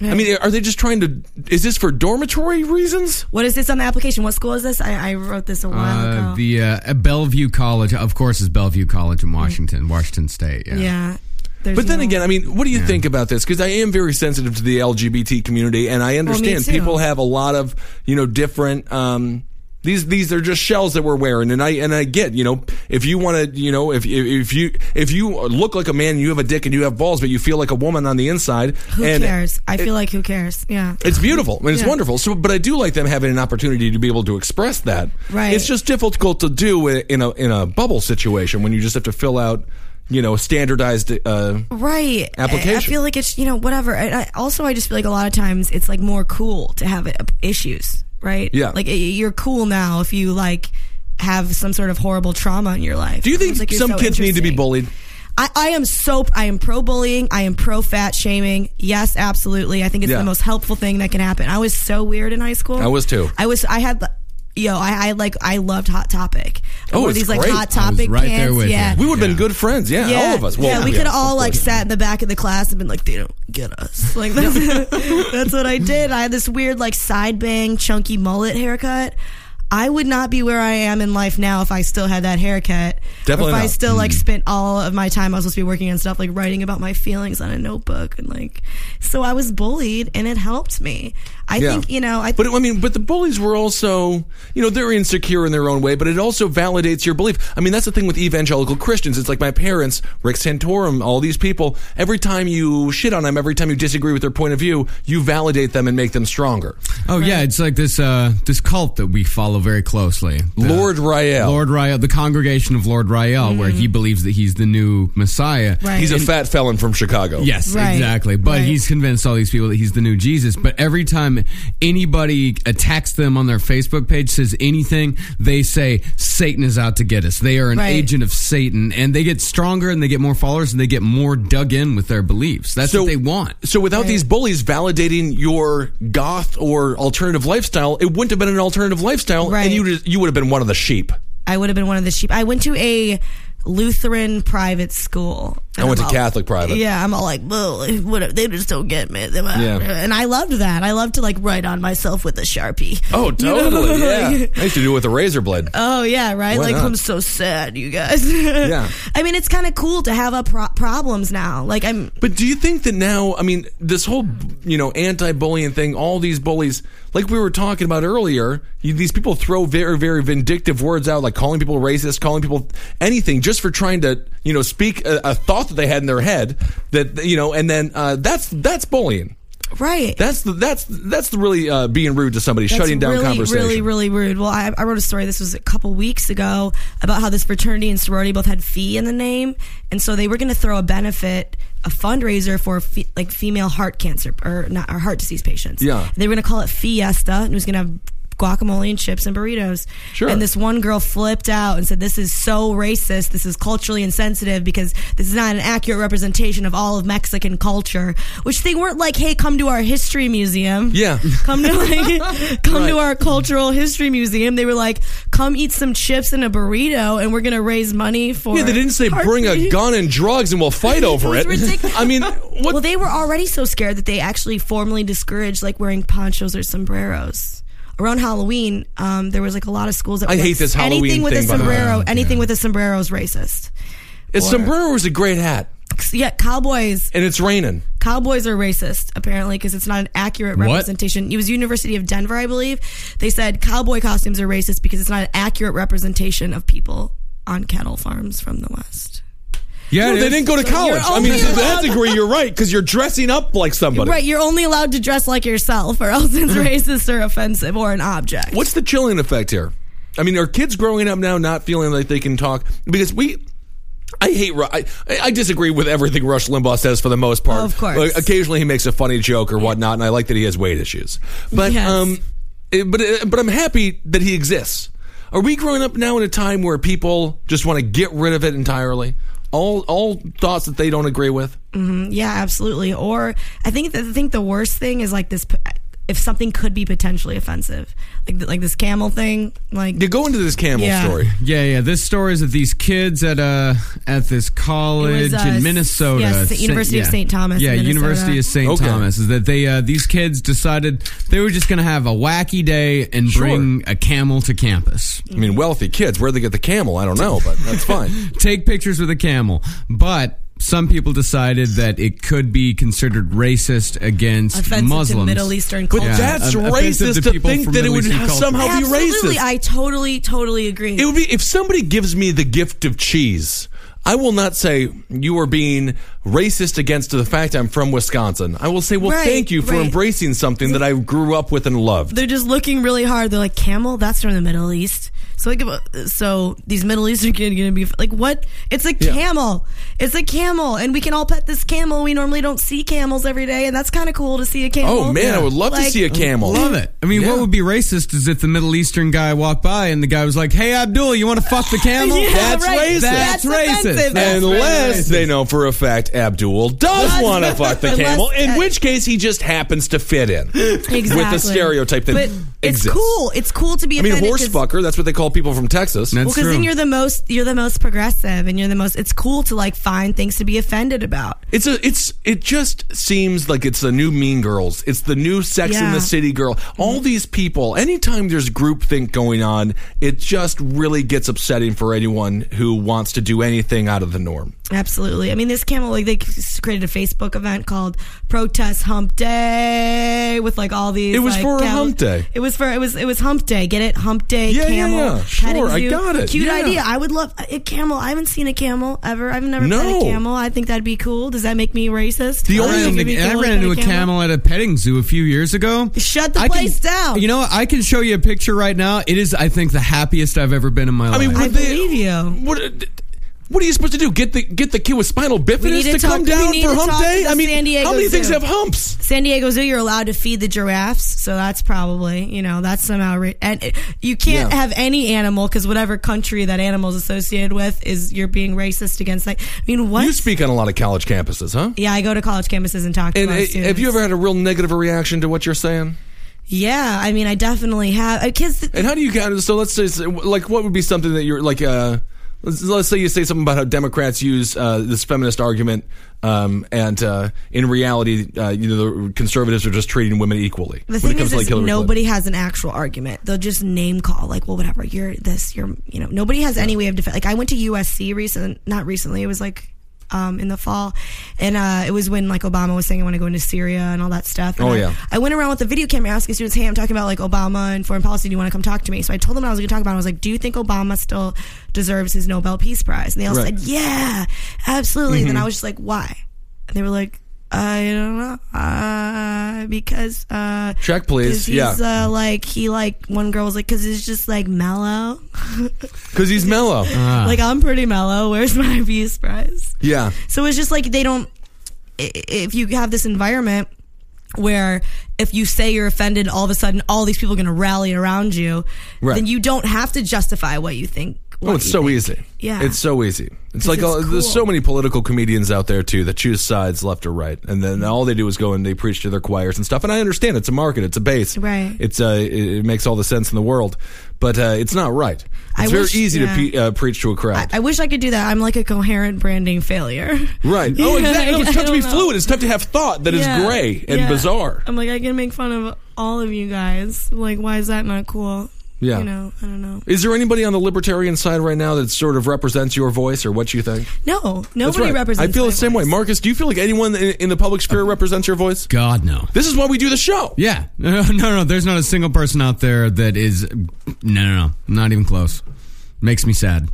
I mean, are they just trying to? Is this for dormitory reasons?
What is this on the application? What school is this? I, I wrote this a while
Uh,
ago.
the uh, Bellevue College, of course, is Bellevue College in Washington, Washington State. Yeah.
yeah. There's
But then
no-
again, I mean, what do you think about this? Because I am very sensitive to the LGBT community, and I understand
too.
people have a lot of you know different. Um, these these are just shells that we're wearing, and I and I get you know if you want to you know if, if if you if you look like a man, you have a dick and you have balls, but you feel like a woman on the inside.
Who
and
cares? I feel like who cares? Yeah.
It's beautiful and it's
Yeah.
wonderful. So, but I do like them having an opportunity to be able to express that.
Right.
It's just difficult to do i- in a in a bubble situation when you just have to fill out you know standardized. Uh,
Right. I- I,
Application.
feel like it's, you know, whatever. I, I, also, I just feel like a lot of times it's like more cool to have it, issues, right?
Yeah.
Like i- you're cool now if you like have some sort of horrible trauma in your life.
do you think
It's like you're
some
so
kids need to be
interesting.
bullied?
I, I am so I am pro bullying. I am pro fat shaming. Yes, absolutely. I think it's
Yeah.
the most helpful thing that can happen. I was so weird in high school.
I was too.
I was I had yo I, I like I loved Hot Topic. I
Oh,
wore
it's
these like
great.
Hot
I was
Topic
right there
pants.
with you.
yeah.
We would have been good friends. Yeah,
Yeah.
all of us. Well,
yeah, we could have all
of
like
course.
sat in the back of the class and been like, they don't get us. [LAUGHS] Like that's, that's what I did. I had this weird like side bang, chunky mullet haircut. I would not be where I am in life now if I still had that haircut.
Definitely
Or if I
not. Mm-hmm.
still like spent all of my time I was supposed to be working on stuff like writing about my feelings on a notebook and like so I was bullied and it helped me. I
Yeah.
think you know I
But I mean, but the bullies were also, you know, they're insecure in their own way, but it also validates your belief. I mean, that's the thing with evangelical Christians. It's like my parents, Rick Santorum, all these people, every time you shit on them, every time you disagree with their point of view, you validate them and make them stronger.
Oh yeah, it's like this uh, this cult that we follow very closely. The-
Lord Rael.
Lord Rael, the congregation of Lord Rael, where he believes that he's the new Messiah.
Mm-hmm. Right.
He's a fat felon from Chicago.
Yes,
Right.
exactly. But
Right.
he's convinced all these people that he's the new Jesus. But every time anybody attacks them on their Facebook page, says anything, they say Satan is out to get us. They are an
Right.
agent of Satan, and they get stronger and they get more followers and they get more dug in with their beliefs. That's what they want.
So without these bullies validating your goth or alternative lifestyle, it wouldn't have been an alternative lifestyle,
Right.
and you just- you would have been one of the sheep.
I would have been one of the sheep. I went to a Lutheran private school.
I went
And
to
I'm all-
Catholic private.
Yeah, I'm all like, well, whatever. They just don't get me.
Yeah.
And I loved that. I loved to like write on myself with a sharpie.
Oh,
[LAUGHS] You know,
totally. Yeah. [LAUGHS]
like-
I used to do it with a razor blade.
Oh yeah, right.
Why
like
not?
I'm so sad, you guys. [LAUGHS] yeah. I mean, it's kind of cool to have up pro- problems now. Like I'm.
But do you think that now, I mean, this whole, you know, anti-bullying thing, all these bullies, like we were talking about earlier, you, these people throw very, very vindictive words out, like calling people racist, calling people anything, just for trying to, you know, speak a, a thought that they had in their head that, you know, and then uh, that's that's bullying.
Right.
That's the that's that's the really uh, being rude to somebody,
That's
shutting down
really,
conversation.
Really, really rude. Well, I, I wrote a story. This was a couple weeks ago about how this fraternity and sorority both had fee in the name, and so they were going to throw a benefit, a fundraiser for fe- like female heart cancer or not or heart disease patients.
Yeah.
they were going to call it Fiesta, and it was going to have guacamole and chips and burritos.
Sure.
And this one girl flipped out and said, "This is so racist. This is culturally insensitive because this is not an accurate representation of all of Mexican culture." Which they weren't like, "Hey, come to our history museum." [LAUGHS]
Yeah.
come to
[LAUGHS]
like come
Right.
to our cultural history museum. They were like, come eat some chips and a burrito, and we're gonna raise money for.
Yeah, they didn't say
heart
bring a
disease."
gun and drugs and we'll fight
[LAUGHS]
over it. [LAUGHS]
It was ridiculous.
I mean, what?
Well, they were already so scared that they actually formally discouraged like wearing ponchos or sombreros. Around Halloween, um, there was like a lot of schools that
I
were
hate this
like,
Halloween
anything with
thing,
a
by the way.
sombrero, anything with a sombrero is racist.
a sombrero is a great hat,
Yeah, cowboys,
and it's raining.
cowboys are racist apparently because it's not an accurate
What?
representation. It was University of Denver, I believe. They said cowboy costumes are racist because it's not an accurate representation of people on cattle farms from the West.
Yeah,
No, they didn't go to college. I mean,
only
to that
allowed-
degree, you're right because you're dressing up like somebody.
Right, you're only allowed to dress like yourself, or
[LAUGHS]
else it's racist or offensive or an object.
What's the chilling effect here? I mean, are kids growing up now not feeling like they can talk because we? I hate. Ru- I, I disagree with everything Rush Limbaugh says for the most part.
Of course.
Like, occasionally he makes a funny joke or whatnot, and I like that he has weight issues. But
Yes.
um, it- but it- but I'm happy that he exists. Are we growing up now in a time where people just want to get rid of it entirely? All all thoughts that they don't agree with.
Yeah, absolutely. Or I think the, I think the worst thing is like this: p- if something could be potentially offensive, like th- like this camel thing, like
You go into this camel
Yeah.
story.
Yeah, yeah. This story is that these kids at uh at this college
It was, uh,
in Minnesota,
yes, the
Sa-
University of
yeah.
St. Thomas in
Yeah,
Minnesota.
University of St.
Okay.
Thomas is that they uh, these kids decided they were just going to have a wacky day and bring a camel to campus.
I mean, wealthy kids. Where would they get the camel? I don't know, but that's
[LAUGHS]
fine.
take pictures with a camel. But some people decided that it could be considered racist against
offensive
Muslims.
to Middle Eastern
But
culture.
that's
of- um, offensive
racist
to
to
people
think
from
that it
Middle
would
Eastern
have
culture.
somehow
Absolutely,
be racist.
I totally, totally agree.
it would be if somebody gives me the gift of cheese. I will not say you are being racist against the fact I'm from Wisconsin. I will say, well,
Right,
thank you for
right.
embracing something that I grew up with and loved.
They're just looking really hard. They're like, camel, that's from the Middle East. So like, uh, so these Middle Eastern kids gonna be like, what? It's a camel. It's a camel, and we can all pet this camel. We normally don't see camels every day, and that's kind of cool to see a camel.
Oh man, I would love to
Like,
see a camel.
Love it. I mean,
Yeah.
what would be racist is if the Middle Eastern guy walked by and the guy was like, "Hey, Abdul, you want to fuck the camel?"
Yeah,
That's
right.
racist.
That's
That's
offensive.
racist.
That's
Unless they know for a fact Abdul does
Does-
want
[LAUGHS]
to fuck the
Unless-
camel, in which case he just happens to fit in with
Exactly.
the stereotype that
But
exists.
it's cool. It's cool to be.
I mean,
offended
horse
'cause-
fucker. That's what they call people from Texas.
That's
Well, because
true.
then you're the most you're the most progressive, and you're the most. It's cool to like find things to be offended about.
It's a it's it just seems like it's the new Mean Girls. It's the new Sex in
Yeah.
the City girl. All these people. Anytime there's groupthink going on, it just really gets upsetting for anyone who wants to do anything out of the norm.
Absolutely. I mean, this camel, like, they created a Facebook event called Protest Hump Day with, like, all these.
It was
like,
for a hump day.
It was for, it was, it was Hump Day. Get it? Hump Day
Yeah, yeah,
camel.
yeah. Yeah,
petting
sure, I
zoo.
got it.
Cute
Yeah.
idea. I would love a camel. I haven't seen a camel ever. I've never
No.
pet a camel. I think that'd be cool. Does that make me racist?
The
I
only
think
thing
it'd be
I
cool to
ran
pet
into a camel at a petting zoo a few years ago.
Shut the
I can-
place down.
You know, what? I can show you a picture right now. It is, I think, the happiest I've ever been in my
I
life.
mean, would
I
they,
believe you.
What, what are you supposed to do? Get the get the kid with spinal bifidus
need to
to,
talk-
come
we
down
need
for
to
hump
talk to
day?
the
I mean,
San Diego
how many things
Zoo.
have humps?
San Diego Zoo, you're allowed to feed the giraffes, so that's probably you know that's somehow ra- and it- you can't
Yeah.
have any animal because whatever country that animal's associated with is you're being racist against. Like, I mean, what?
You speak on a lot of college campuses, huh?
yeah, I go to college campuses and talk to.
And
a lot
uh,
of
have you
students.
ever had a real negative reaction to what you're saying?
Yeah, I mean, I definitely have. uh, Cause
And how do you kind of so let's say like what would be something that you're like uh let's, let's say you say something about how Democrats use uh, this feminist argument um, and uh, in reality uh, you know the conservatives are just treating women equally
The thing is, is
Hillary
nobody
Clinton.
has an actual argument. They'll just name call, like, well, whatever, you're this, you're, you know, nobody has any way of defense. Like, I went to USC recent, not recently, it was like um, in the fall, and uh, it was when like Obama was saying, I want to go into Syria and all that stuff. And
Oh,
I-
yeah.
I went around with a video camera asking students, hey, I'm talking about like Obama and foreign policy. Do you want to come talk to me? So I told them what I was going to talk about. I was like, do you think Obama still deserves his Nobel Peace Prize? And they all
Right. Mm-hmm.
said, yeah, absolutely. Then I was just like, why? And they were like, I don't know, uh, because uh,
Check, please.
'cause he's,
Yeah.
uh, like he like one girl was like, because he's just like mellow.
because he's mellow
Like I'm pretty mellow. Where's my [LAUGHS] peace prize?
yeah
So it's just like they don't. i- If you have this environment where if you say you're offended, all of a sudden all these people are going to rally around you,
Right.
then you don't have to justify what you think.
Oh, it's so easy.
Yeah.
it's so easy. It's like
it's
all, there's
cool.
so many political comedians out there too that choose sides left or right, and then all they do is go and they preach to their choirs and stuff. And I understand it's a market, it's a base,
Right.
It's uh, it, it makes all the sense in the world, but uh, it's not right. It's
I
very
wish-
easy
yeah.
to pe- uh, preach to a crowd.
I wish I could do that. I'm like a coherent branding failure. [LAUGHS]
Right. Oh, exactly. No,
Like,
it's
I
tough to be
don't know.
fluid. It's tough to have thought that is
Yeah.
gray and
Yeah.
bizarre.
I'm like, I can make fun of all of you guys. Like, why is that not cool?
Yeah.
You know, I don't know.
Is there anybody on the libertarian side right now that sort of represents your voice or what you think?
No,
That's
nobody
right.
represents.
I feel
my
the same way.
voice.
Marcus, do you feel like anyone in, in the public sphere represents your voice?
God, no.
This is why we do the show.
Yeah. [LAUGHS] No, no, no. There's not a single person out there that is. No, no, no. Not even close. Makes me sad.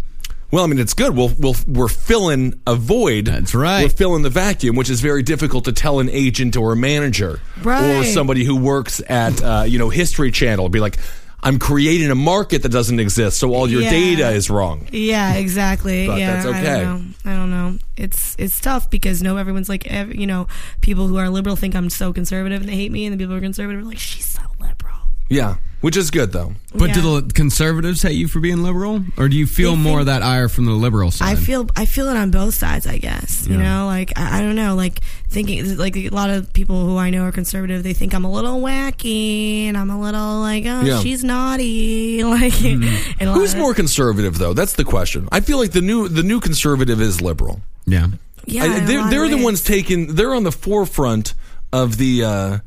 Well, I mean, it's good. We'll, we'll, we're filling a void.
That's right.
We're filling the vacuum, which is very difficult to tell an agent or a manager or
Right.
somebody who works at, uh, you know, History Channel. Be like, I'm creating a market that doesn't exist, so all your
Yeah.
data is wrong.
Yeah, exactly.
But
yeah,
that's
I
okay.
don't know. I don't know. It's it's tough because no, everyone's like, ev you know, people who are liberal think I'm so conservative and they hate me, and the people who are conservative are like, she's so liberal.
Yeah, which is good though.
But
Yeah.
do the conservatives hate you for being liberal? Or do you feel
They
more
think-
of that ire from the liberal side?
I feel I feel it on both sides, I guess. You
Yeah.
know, like I, I don't know, like thinking like a lot of people who I know are conservative, they think I'm a little wacky and I'm a little like, oh,
Yeah. Mm.
she's naughty, [LAUGHS] like. And a lot
Who's
of-
more conservative though? That's the question. I feel like the new the new conservative is liberal.
Yeah.
I-
Yeah, in a lot
they're
of
they're the
ways.
ones taking. They're on the forefront of the uh,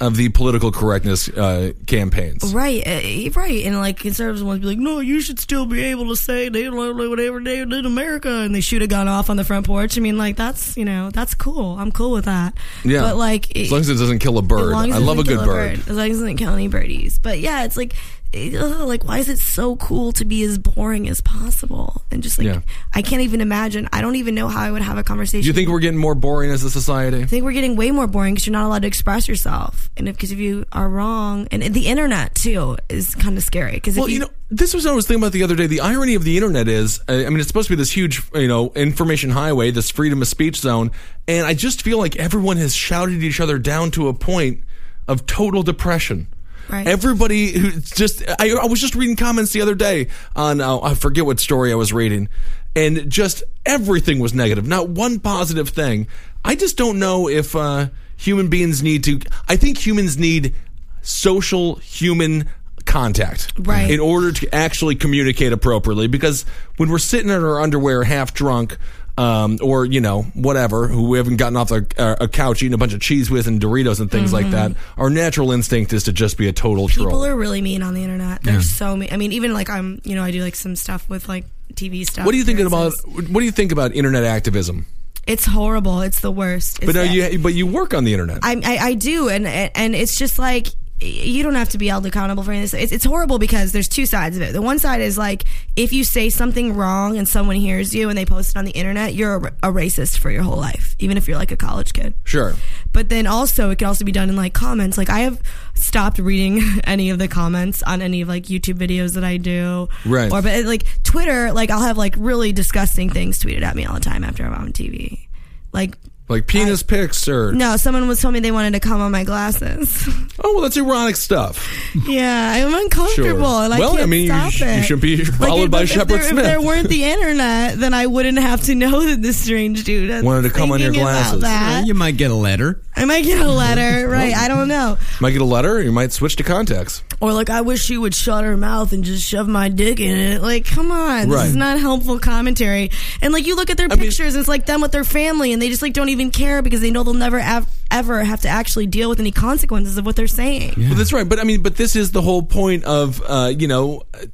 of the political correctness uh, campaigns.
Right, uh, right, and like conservatives want to be like, no, you should still be able to say they don't like whatever they did in America, and they shoot a gun off on the front porch. I mean, like that's you know that's cool. I'm cool with that.
Yeah,
but like
as long as it doesn't kill a
as
bird,
long as
I
it
love a
doesn't
good
kill
bird.
As long as it doesn't kill any birdies. But yeah, it's like, eh, ugh, like why is it so cool to be as boring as possible? And just like
Yeah.
I can't even imagine. I don't even know how I would have a conversation.
Do you think we're getting more boring as a society?
I think we're getting way more boring because you're not allowed to express yourself, and because if, you are wrong, and the internet too is kind of scary. Because
Well, you know, this was what I was thinking about the other day. The irony of the internet is, uh, I mean, it's supposed to be this huge, you know, information highway, this freedom of speech zone, and I just feel like everyone has shouted each other down to a point of total depression.
Right.
Everybody who just, I, I was just reading comments the other day on, uh, I forget what story I was reading, and just everything was negative, not one positive thing. I just don't know if uh, human beings need to, I think humans need social human contact
Right.
in order to actually communicate appropriately because when we're sitting in our underwear half drunk um, or you know whatever who we haven't gotten off a, a couch eating a bunch of cheese with and doritos and things like that our natural instinct is to just be a total
Mm-hmm. people
troll
are really mean on the internet. They're so mean. I mean, even like I'm, you know, I do like some stuff with like TV stuff.
what do you think about
appearances.
what do you think about internet activism
It's horrible. It's the worst. It's
but now
the-
you but you work on the internet
I, I I do, and and it's just like you don't have to be held accountable for any of this. It's, it's horrible because there's two sides of it. The one side is like if you say something wrong and someone hears you and they post it on the internet, you're a, a racist for your whole life, even if you're like a college kid.
Sure.
But then also, it can also be done in like comments. Like I have stopped reading [LAUGHS] any of the comments on any of like YouTube videos that I do.
Right.
Or but like Twitter, like I'll have like really disgusting things tweeted at me all the time after I'm on TV. Like
Like penis pics or
no, someone was told me they wanted to come on my glasses. [LAUGHS]
oh well, that's erotic stuff.
yeah, I'm uncomfortable.
Sure.
and I
Well, I
can't
mean, you
stop
sh- you
it.
shouldn't be followed
if-
by
if
Shepard
there-
Smith.
If there weren't
[LAUGHS]
the internet, then I wouldn't have to know that this strange dude is
Wanted to come on your
thinking about
glasses.
That.
You might get a letter.
I might get
[LAUGHS]
a letter, right? I don't know.
Might get a letter. You might switch to contacts.
Or like, I wish she would shut her mouth and just shove my dick in it. Like, come on,
Right.
this is not helpful commentary. And like, you look at their
mean-
pictures, and it's like them with their family, and they just like don't even care because they know they'll never av- ever have to actually deal with any consequences of what they're saying.
Well, that's right. But I mean, but this is the whole point of uh, you know. uh,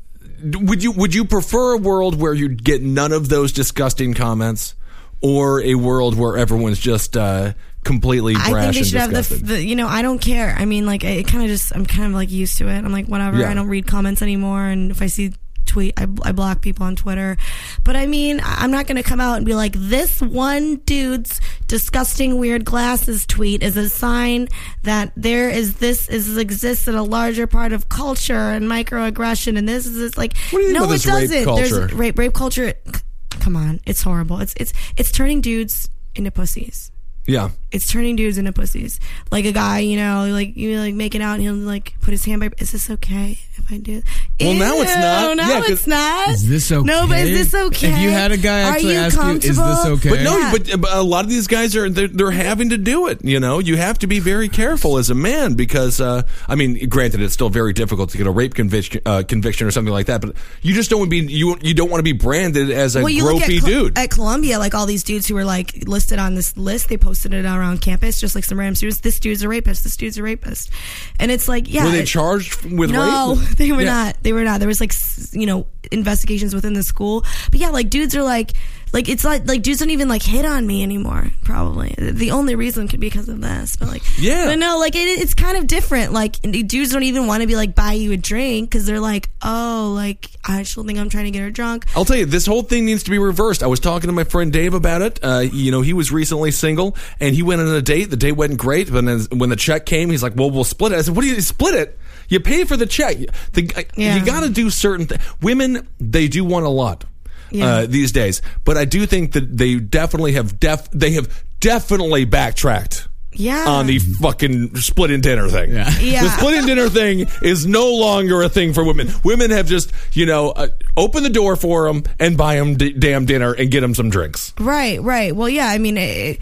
Would you would you prefer a world where you get none of those disgusting comments, or a world where everyone's just uh, completely brash
I think they
and
should have the,
disgusted?
f- the, you know, I don't care. I mean, like, it kind of just, I'm kind of like used to it. I'm like, whatever.
Yeah.
I don't read comments anymore. And if I see tweet, I, I block people on Twitter. But I mean, I- I'm not going to come out and be like, this one dude's disgusting, weird glasses tweet is a sign that there is this is exists in a larger part of culture and microaggression. And this is this, like,
What do you think
no,
about
it
this rape
doesn't.
culture?
There's rape, rape culture. c- Come on. It's horrible. It's, it's, it's turning dudes into pussies
yeah.
it's turning dudes into pussies. Like a guy, you know, like you know, like making out, and he'll like put his hand by. Is this okay if I do?
Well, now it's not.
Ew, Now
Yeah, 'cause-
it's not.
Is this okay?
No, but is this okay?
If you had a guy
Are
actually
you
ask you, "Is this
comfortable?"
okay?
But no,
Yeah.
but, but a lot of these guys are they're, they're having to do it. You know, you have to be very careful as a man because uh, I mean, granted, it's still very difficult to get a rape conviction, uh, conviction or something like that. But you just don't want to be you you don't want to be branded as a
well, you look
gropey
at, Col-
dude.
at Columbia, like all these dudes who were like listed on this list, they posted it around campus, just like some random students. This dude's a rapist. This dude's a rapist, and it's like, yeah,
Were they
it-
charged with
no,
rape?
[LAUGHS] they were
Yeah.
not. They were not. There was like s- you know investigations within the school, but yeah, like dudes are like like it's like like dudes don't even like hit on me anymore. Probably the only reason could be because of this, but like
Yeah.
but no, like it, it's kind of different. Like dudes don't even want to be like buy you a drink because they're like oh like I she'll think I'm trying to get her drunk.
I'll tell you, this whole thing needs to be reversed. I was talking to my friend Dave about it. Uh, you know, he was recently single and he went on a date. The date went great, but then when the check came, he's like, "Well, we'll split it." I said, "What do you split it? You pay for the check. The, guy
Yeah.
You got to do certain things. Women, they do want a lot uh,
Yeah.
these days, but I do think that they definitely have def they have definitely backtracked."
Yeah.
On the fucking split in dinner thing.
Yeah.
The split in dinner thing is no longer a thing for women. Women have just, you know, uh, open the door for them and buy them d- damn dinner and get them some drinks.
Right, right. Well, yeah. I mean, it,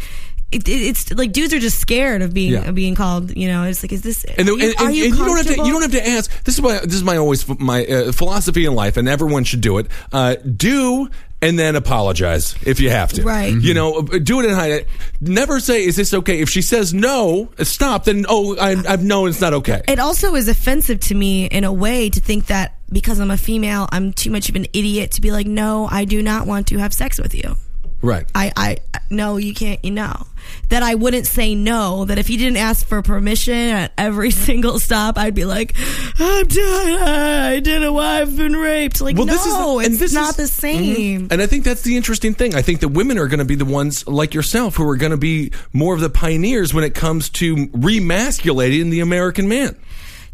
it, it, it's like dudes are just scared of being
Yeah.
of being called. You know, it's like, is this?
And, the,
are you,
and, and,
are
and you don't have to. You
comfortable?
don't have to ask. This is my this is my always my uh, philosophy in life, and everyone should do it. Uh, do and then apologize if you have to.
Right.
You know, uh, do it in high. Never say, "Is this okay?" If she says no, stop. Then oh, I, I've known it's not okay.
it also is offensive to me in a way to think that because I'm a female, I'm too much of an idiot to be like, no, I do not want to have sex with you.
right.
I, I, no, you can't, you know. That I wouldn't say no, that if you didn't ask for permission at every [LAUGHS] single stop, I'd be like, I'm done. I did a wife been raped. Like,
Well,
no,
this is- and
it's
this
not
is- Mm-hmm.
the same.
And I think that's the interesting thing. I think that women are going to be the ones like yourself who are going to be more of the pioneers when it comes to remasculating the American man.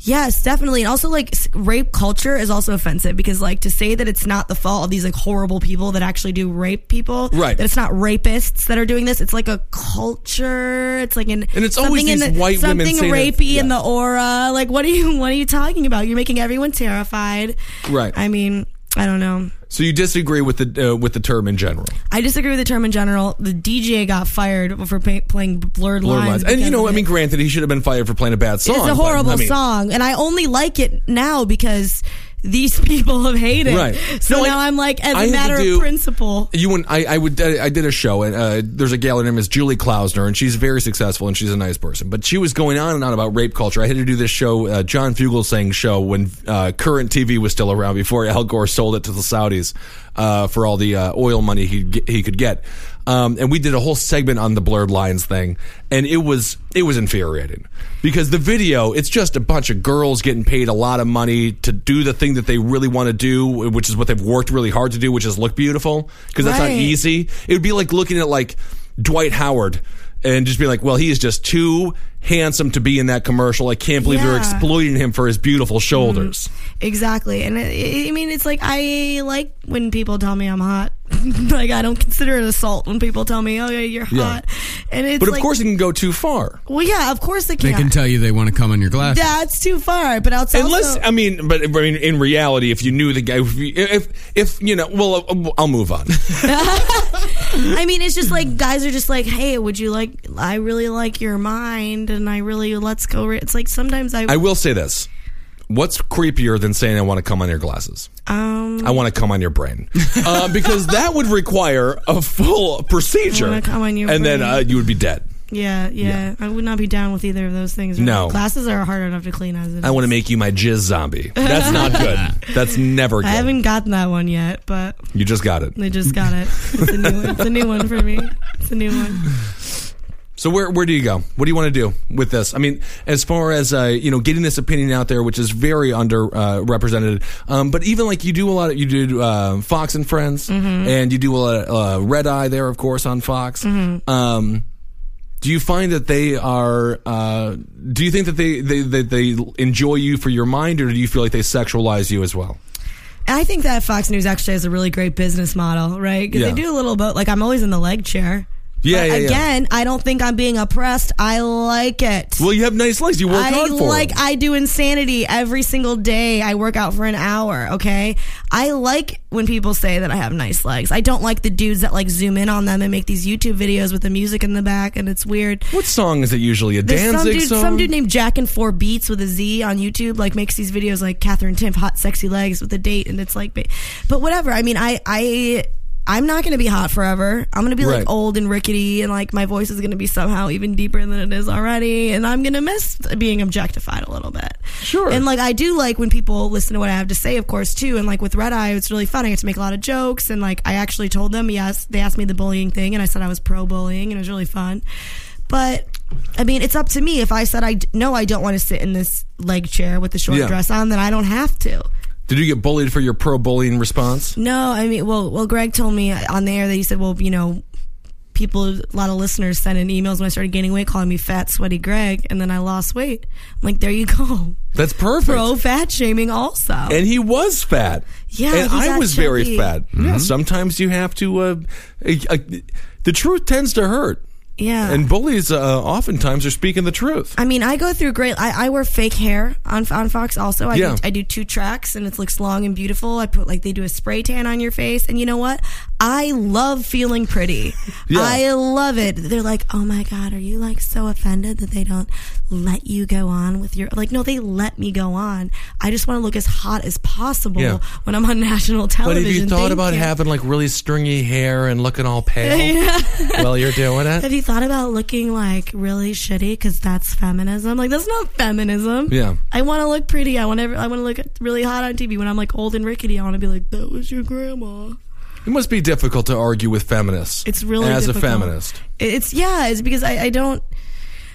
Yes, definitely. And also, like, s- rape culture is also offensive because, like, to say that it's not the fault of these, like, horrible people that actually do rape people,
Right.
That it's not rapists that are doing this. It's like a culture. It's like an
And it's always
something in
these
the-
white women
something
saying that-
rapey in
yeah.
the aura. Like, what are you? What are you talking about? You're making everyone terrified.
Right.
I mean, I don't know.
So you disagree with the uh, with the term in general,
I disagree with the term in general. The DJ got fired for pay- playing blurred,
Blurred lines.
lines,
and you
because
know,
of
I
it.
mean, granted, he should have been fired for playing a bad song.
It's a
but,
horrible
I mean-
song, and I only like it now because these [LAUGHS] people have hated.
Right.
So
No, I-
now I, am like, as
I
a
had to
matter
do-
of principle,
You and I, I would. I did a show, and uh, there's a gal her name is Julie Klausner, and she's very successful, and she's a nice person. But she was going on and on about rape culture. I had to do this show, uh, John Fugelsang show, when uh, current TV was still around before Al Gore sold it to the Saudis uh, for all the uh, oil money he he could get. um, and we did a whole segment on the blurred lines thing, and it was it was infuriating because the video it's just a bunch of girls getting paid a lot of money to do the thing that they really want to do, which is what they've worked really hard to do, which is look beautiful because that's not
Right.
easy. It would be like looking at like Dwight Howard. And just be like, well, he is just too handsome to be in that commercial. I can't believe they're
Yeah. Mm.
exploiting him for his beautiful shoulders.
Exactly. And I, I mean, it's like I like when people tell me I'm hot. [LAUGHS] like I don't consider it assault when people tell me, "Oh yeah, you're
Yeah.
hot." And it's
But of
like,
course, it can go too far.
well, yeah, of course they
They
can.
can tell you they want to come on your glass.
That's too far. But outside,
Unless um, I mean, but I mean, in reality, if you knew the guy, if you- if, if you know, well, uh, I'll move
[LAUGHS]
on.
[LAUGHS] I mean, it's just like guys are just like, "Hey, would you like? I really like your mind, and I really let's go." Re-. It's like sometimes I,
I will say this: What's creepier than saying I want to come on your glasses?
um,
I want to come on your
[LAUGHS]
brain, uh, because that would require a full procedure,
wanna come on your
and then
brain.
uh, you would be dead.
yeah, yeah, I would not be down with either of those things.
No.
glasses are hard enough to clean as it is.
I want to make you my jizz zombie. That's not good. That's never good.
[LAUGHS] I haven't gotten that one yet, but
you just got it.
they just got it. It's a new, it's a new one for me. It's a new one.
So where where do you go? What do you want to do with this? I mean, as far as uh, you know, getting this opinion out there, which is very underrepresented. Uh, represented. um, but even like you do a lot of you do uh, Fox and Friends,
Mm-hmm.
and you do a lot of uh, Red Eye there, of course, on Fox.
Mm-hmm.
Um, do you find that they are? Uh, do you think that they, they that they enjoy you for your mind, or do you feel like they sexualize you as well?
I think that Fox News actually has a really great business model, right? 'Cause
Yeah.
they do a little bit. Like I'm always in the leg chair.
Yeah,
But
yeah, yeah.
again, I don't think I'm being oppressed. I like it.
Well, you have nice legs. You work
I
hard for
like
them.
I do insanity every single day. I work out for an hour, okay? I like when people say that I have nice legs. I don't like the dudes that like zoom in on them and make these YouTube videos with the music in the back and it's weird.
what song is it usually? A
There's
Danzig
some dude,
song?
some dude named Jack and Four Beats with a Z on YouTube, like makes these videos like Catherine Timp, hot sexy legs with a date, and it's like, ba- but whatever. I mean, I I. I'm not gonna be hot forever. I'm gonna be
Right.
like old and rickety, and like my voice is gonna be somehow even deeper than it is already. And I'm gonna miss being objectified a little bit.
Sure.
And like I do like when people listen to what I have to say, of course, too. And like with Red Eye, it's really fun. I get to make a lot of jokes, and like I actually told them, yes, they asked me the bullying thing, and I said I was pro bullying, and it was really fun. But I mean, it's up to me. If I said I d- no, I don't want to sit in this leg chair with the short
Yeah.
dress on, then I don't have to.
Did you get bullied for your pro bullying response?
No, I mean, well, well, Greg told me on the air that he said, well, you know, people, a lot of listeners sent in emails when I started gaining weight, calling me fat, sweaty Greg, and then I lost weight. I'm like, there you go, [LAUGHS]
That's perfect.
pro fat shaming also.
and he was fat.
Yeah,
and
he
I
got
was very
chubby. Mm-hmm.
fat. Yeah, sometimes you have to. Uh, uh, uh, the truth tends to hurt,
yeah,
and bullies uh, oftentimes are speaking the truth.
I mean, I go through great. I, I wear fake hair on on Fox. Also, I
Yeah.
do, I do two tracks, and it looks long and beautiful. I put like they do a spray tan on your face, and you know what? I love feeling pretty.
[LAUGHS] Yeah.
I love it. They're like, oh my god, are you like so offended that they don't let you go on with your like? No, they let me go on. I just want to look as hot as possible
Yeah.
when I'm on national
But
television.
if you
Thank
thought about
you.
having like really stringy hair and looking all
[LAUGHS]
pale, well, you're doing it.
Have you thought about looking like really shitty? Because that's feminism. Like that's not feminism.
Yeah.
I want to look pretty. I want to. I want to look really hot on TV. When I'm like old and rickety, I want to be like, "That was your grandma."
It must be difficult to argue with feminists.
It's really
as a
difficult.
feminist.
It- It's yeah. It's because I, I don't.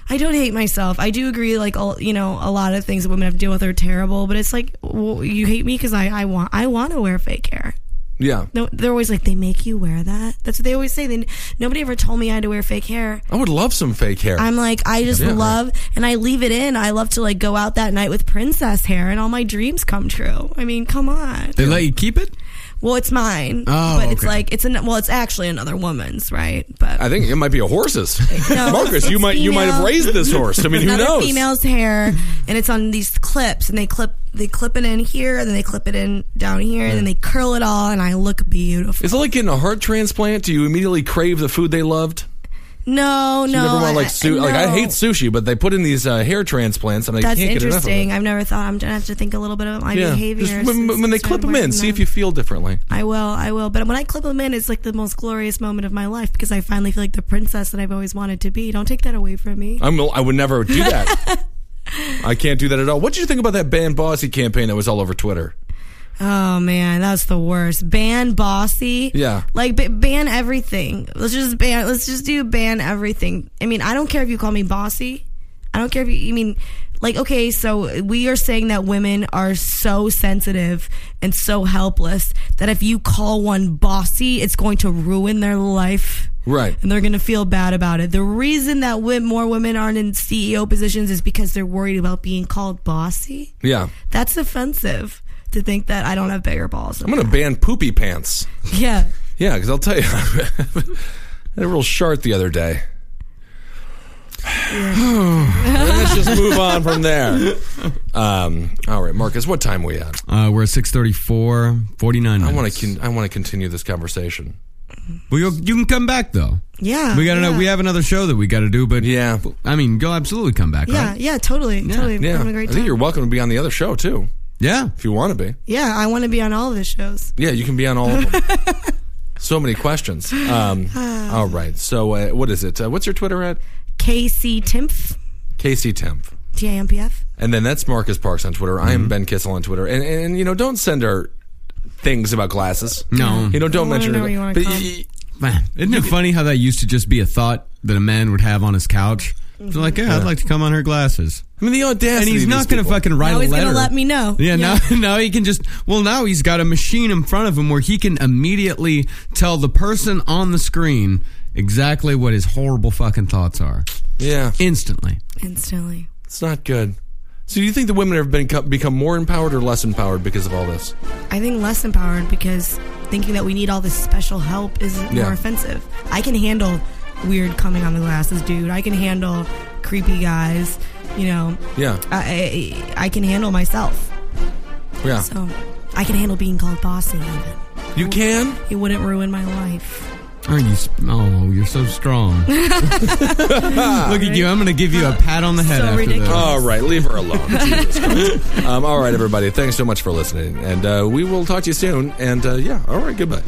I don't hate myself. I do agree, like all, you know, a lot of things that women have to deal with are terrible. But it's like well, you hate me because I, I want I want to wear fake hair.
Yeah.
No, they're always like they make you wear that. That's what they always say. They, nobody ever told me I had to wear fake hair.
I would love some fake hair.
I'm like, I just
Yeah.
love, and I leave it in. I love to like go out that night with princess hair, and all my dreams come true. I mean, come on.
They let you keep it?
Well, it's mine,
Oh,
but it's
okay.
like it's an well, it's actually another woman's, right? But
I think it might be a horse's.
[LAUGHS] No,
Marcus,
it's
you might you might have
female.
raised this horse. I mean, who
another
knows?
female's hair, and it's on these clips, and they clip they clip it in here, and then they clip it in down here, and then they curl it all, and I look beautiful.
Is it like getting a heart transplant? Do you immediately crave the food they loved?
no, no,
You never want
I-
like su- like I
no.
hate sushi, but they put in these uh, hair transplants, and I
That's
can't get enough of
interesting.
them.
I've never thought. I'm gonna have to think a little bit about my behavior.
Just when,
since-
when they
since
clip
I'm
them in,
working
see
on
if you feel differently.
I will, I will. But when I clip them in, it's like the most glorious moment of my life because I finally feel like the princess that I've always wanted to be. Don't take that away from me.
I'm I would never do
[LAUGHS]
that. I can't do that at all. What did you think about that ban Bossy campaign that was all over Twitter?
Oh man, that's the worst. Ban bossy.
Yeah.
Like b- ban everything. Let's just ban. Let's just do ban everything. I mean, I don't care if you call me bossy. I don't care if you. You mean like okay? So we are saying that women are so sensitive and so helpless that if you call one bossy, it's going to ruin their life
Right.
and they're going to feel bad about it. The reason that wo- more women aren't in CEO positions is because they're worried about being called bossy.
Yeah.
That's offensive to think that I don't have bigger balls.
I'm going to ban poopy pants.
[LAUGHS] yeah.
Yeah, because I'll tell you, [LAUGHS] I had a real shart the other day. [SIGHS] Let's just move on from there.
[LAUGHS]
Um, all right, Marcus, what time are we at?
Uh, we're at 634, 49
I
minutes.
want to con- I want to continue this conversation.
Well, you'll, you can come back, though.
Yeah.
We gotta
Oh, yeah.
know. We have another show that we gotta do, but
Yeah.
I mean, you'll absolutely come back,
Yeah,
right?
yeah, totally. Totally.
Yeah,
Having a
I
great
think
time.
you're welcome to be on the other show too,
Yeah,
if you want to be.
yeah, I want to be on all of his shows.
Yeah, you can be on all of
[LAUGHS]
them. so many questions.
[SIGHS]
Um, all right, so uh, what is it? Uh, what's your Twitter at?
KC Timpf,
Casey Temp.
T I M P F.
And then that's Marcus Parks on Twitter. I
Mm-hmm.
am Ben Kissel on Twitter. And, and, you know, don't send her things about glasses.
No.
You know, don't
I wanna
mention
know
her.
what you wanna
but
call
y-
it.
y-
man, isn't it funny how that used to just be a thought that a man would have on his couch? It's like, yeah, I'd like to come on her glasses,
I mean, the audacity.
and he's
of
not
these
gonna
people.
fucking write
Now
a
he's
letter.
going to let me know.
Yeah, now [LAUGHS] now he can just well now he's got a machine in front of him where he can immediately tell the person on the screen exactly what his horrible fucking thoughts are
Yeah,
instantly.
Instantly.
it's not good. So, do you think the women have been become more empowered or less empowered because of all this?
I think less empowered because thinking that we need all this special help is
Yeah.
more offensive. I can handle weird coming on the glasses, dude. I can handle creepy guys. You know,
Yeah,
I I, I can handle myself.
yeah.
So I can handle being called bossy. Even
You can.
it wouldn't ruin my life.
Aren't you? sp- Oh, you're so
[LAUGHS]
strong. [LAUGHS] Look at you. I'm going to give you a pat on the head
So
after
ridiculous.
this.
All right, leave her alone. [LAUGHS] Jesus Christ. Um, all right, everybody. Thanks so much for listening, and uh, we will talk to you soon. And uh, yeah, all right, goodbye.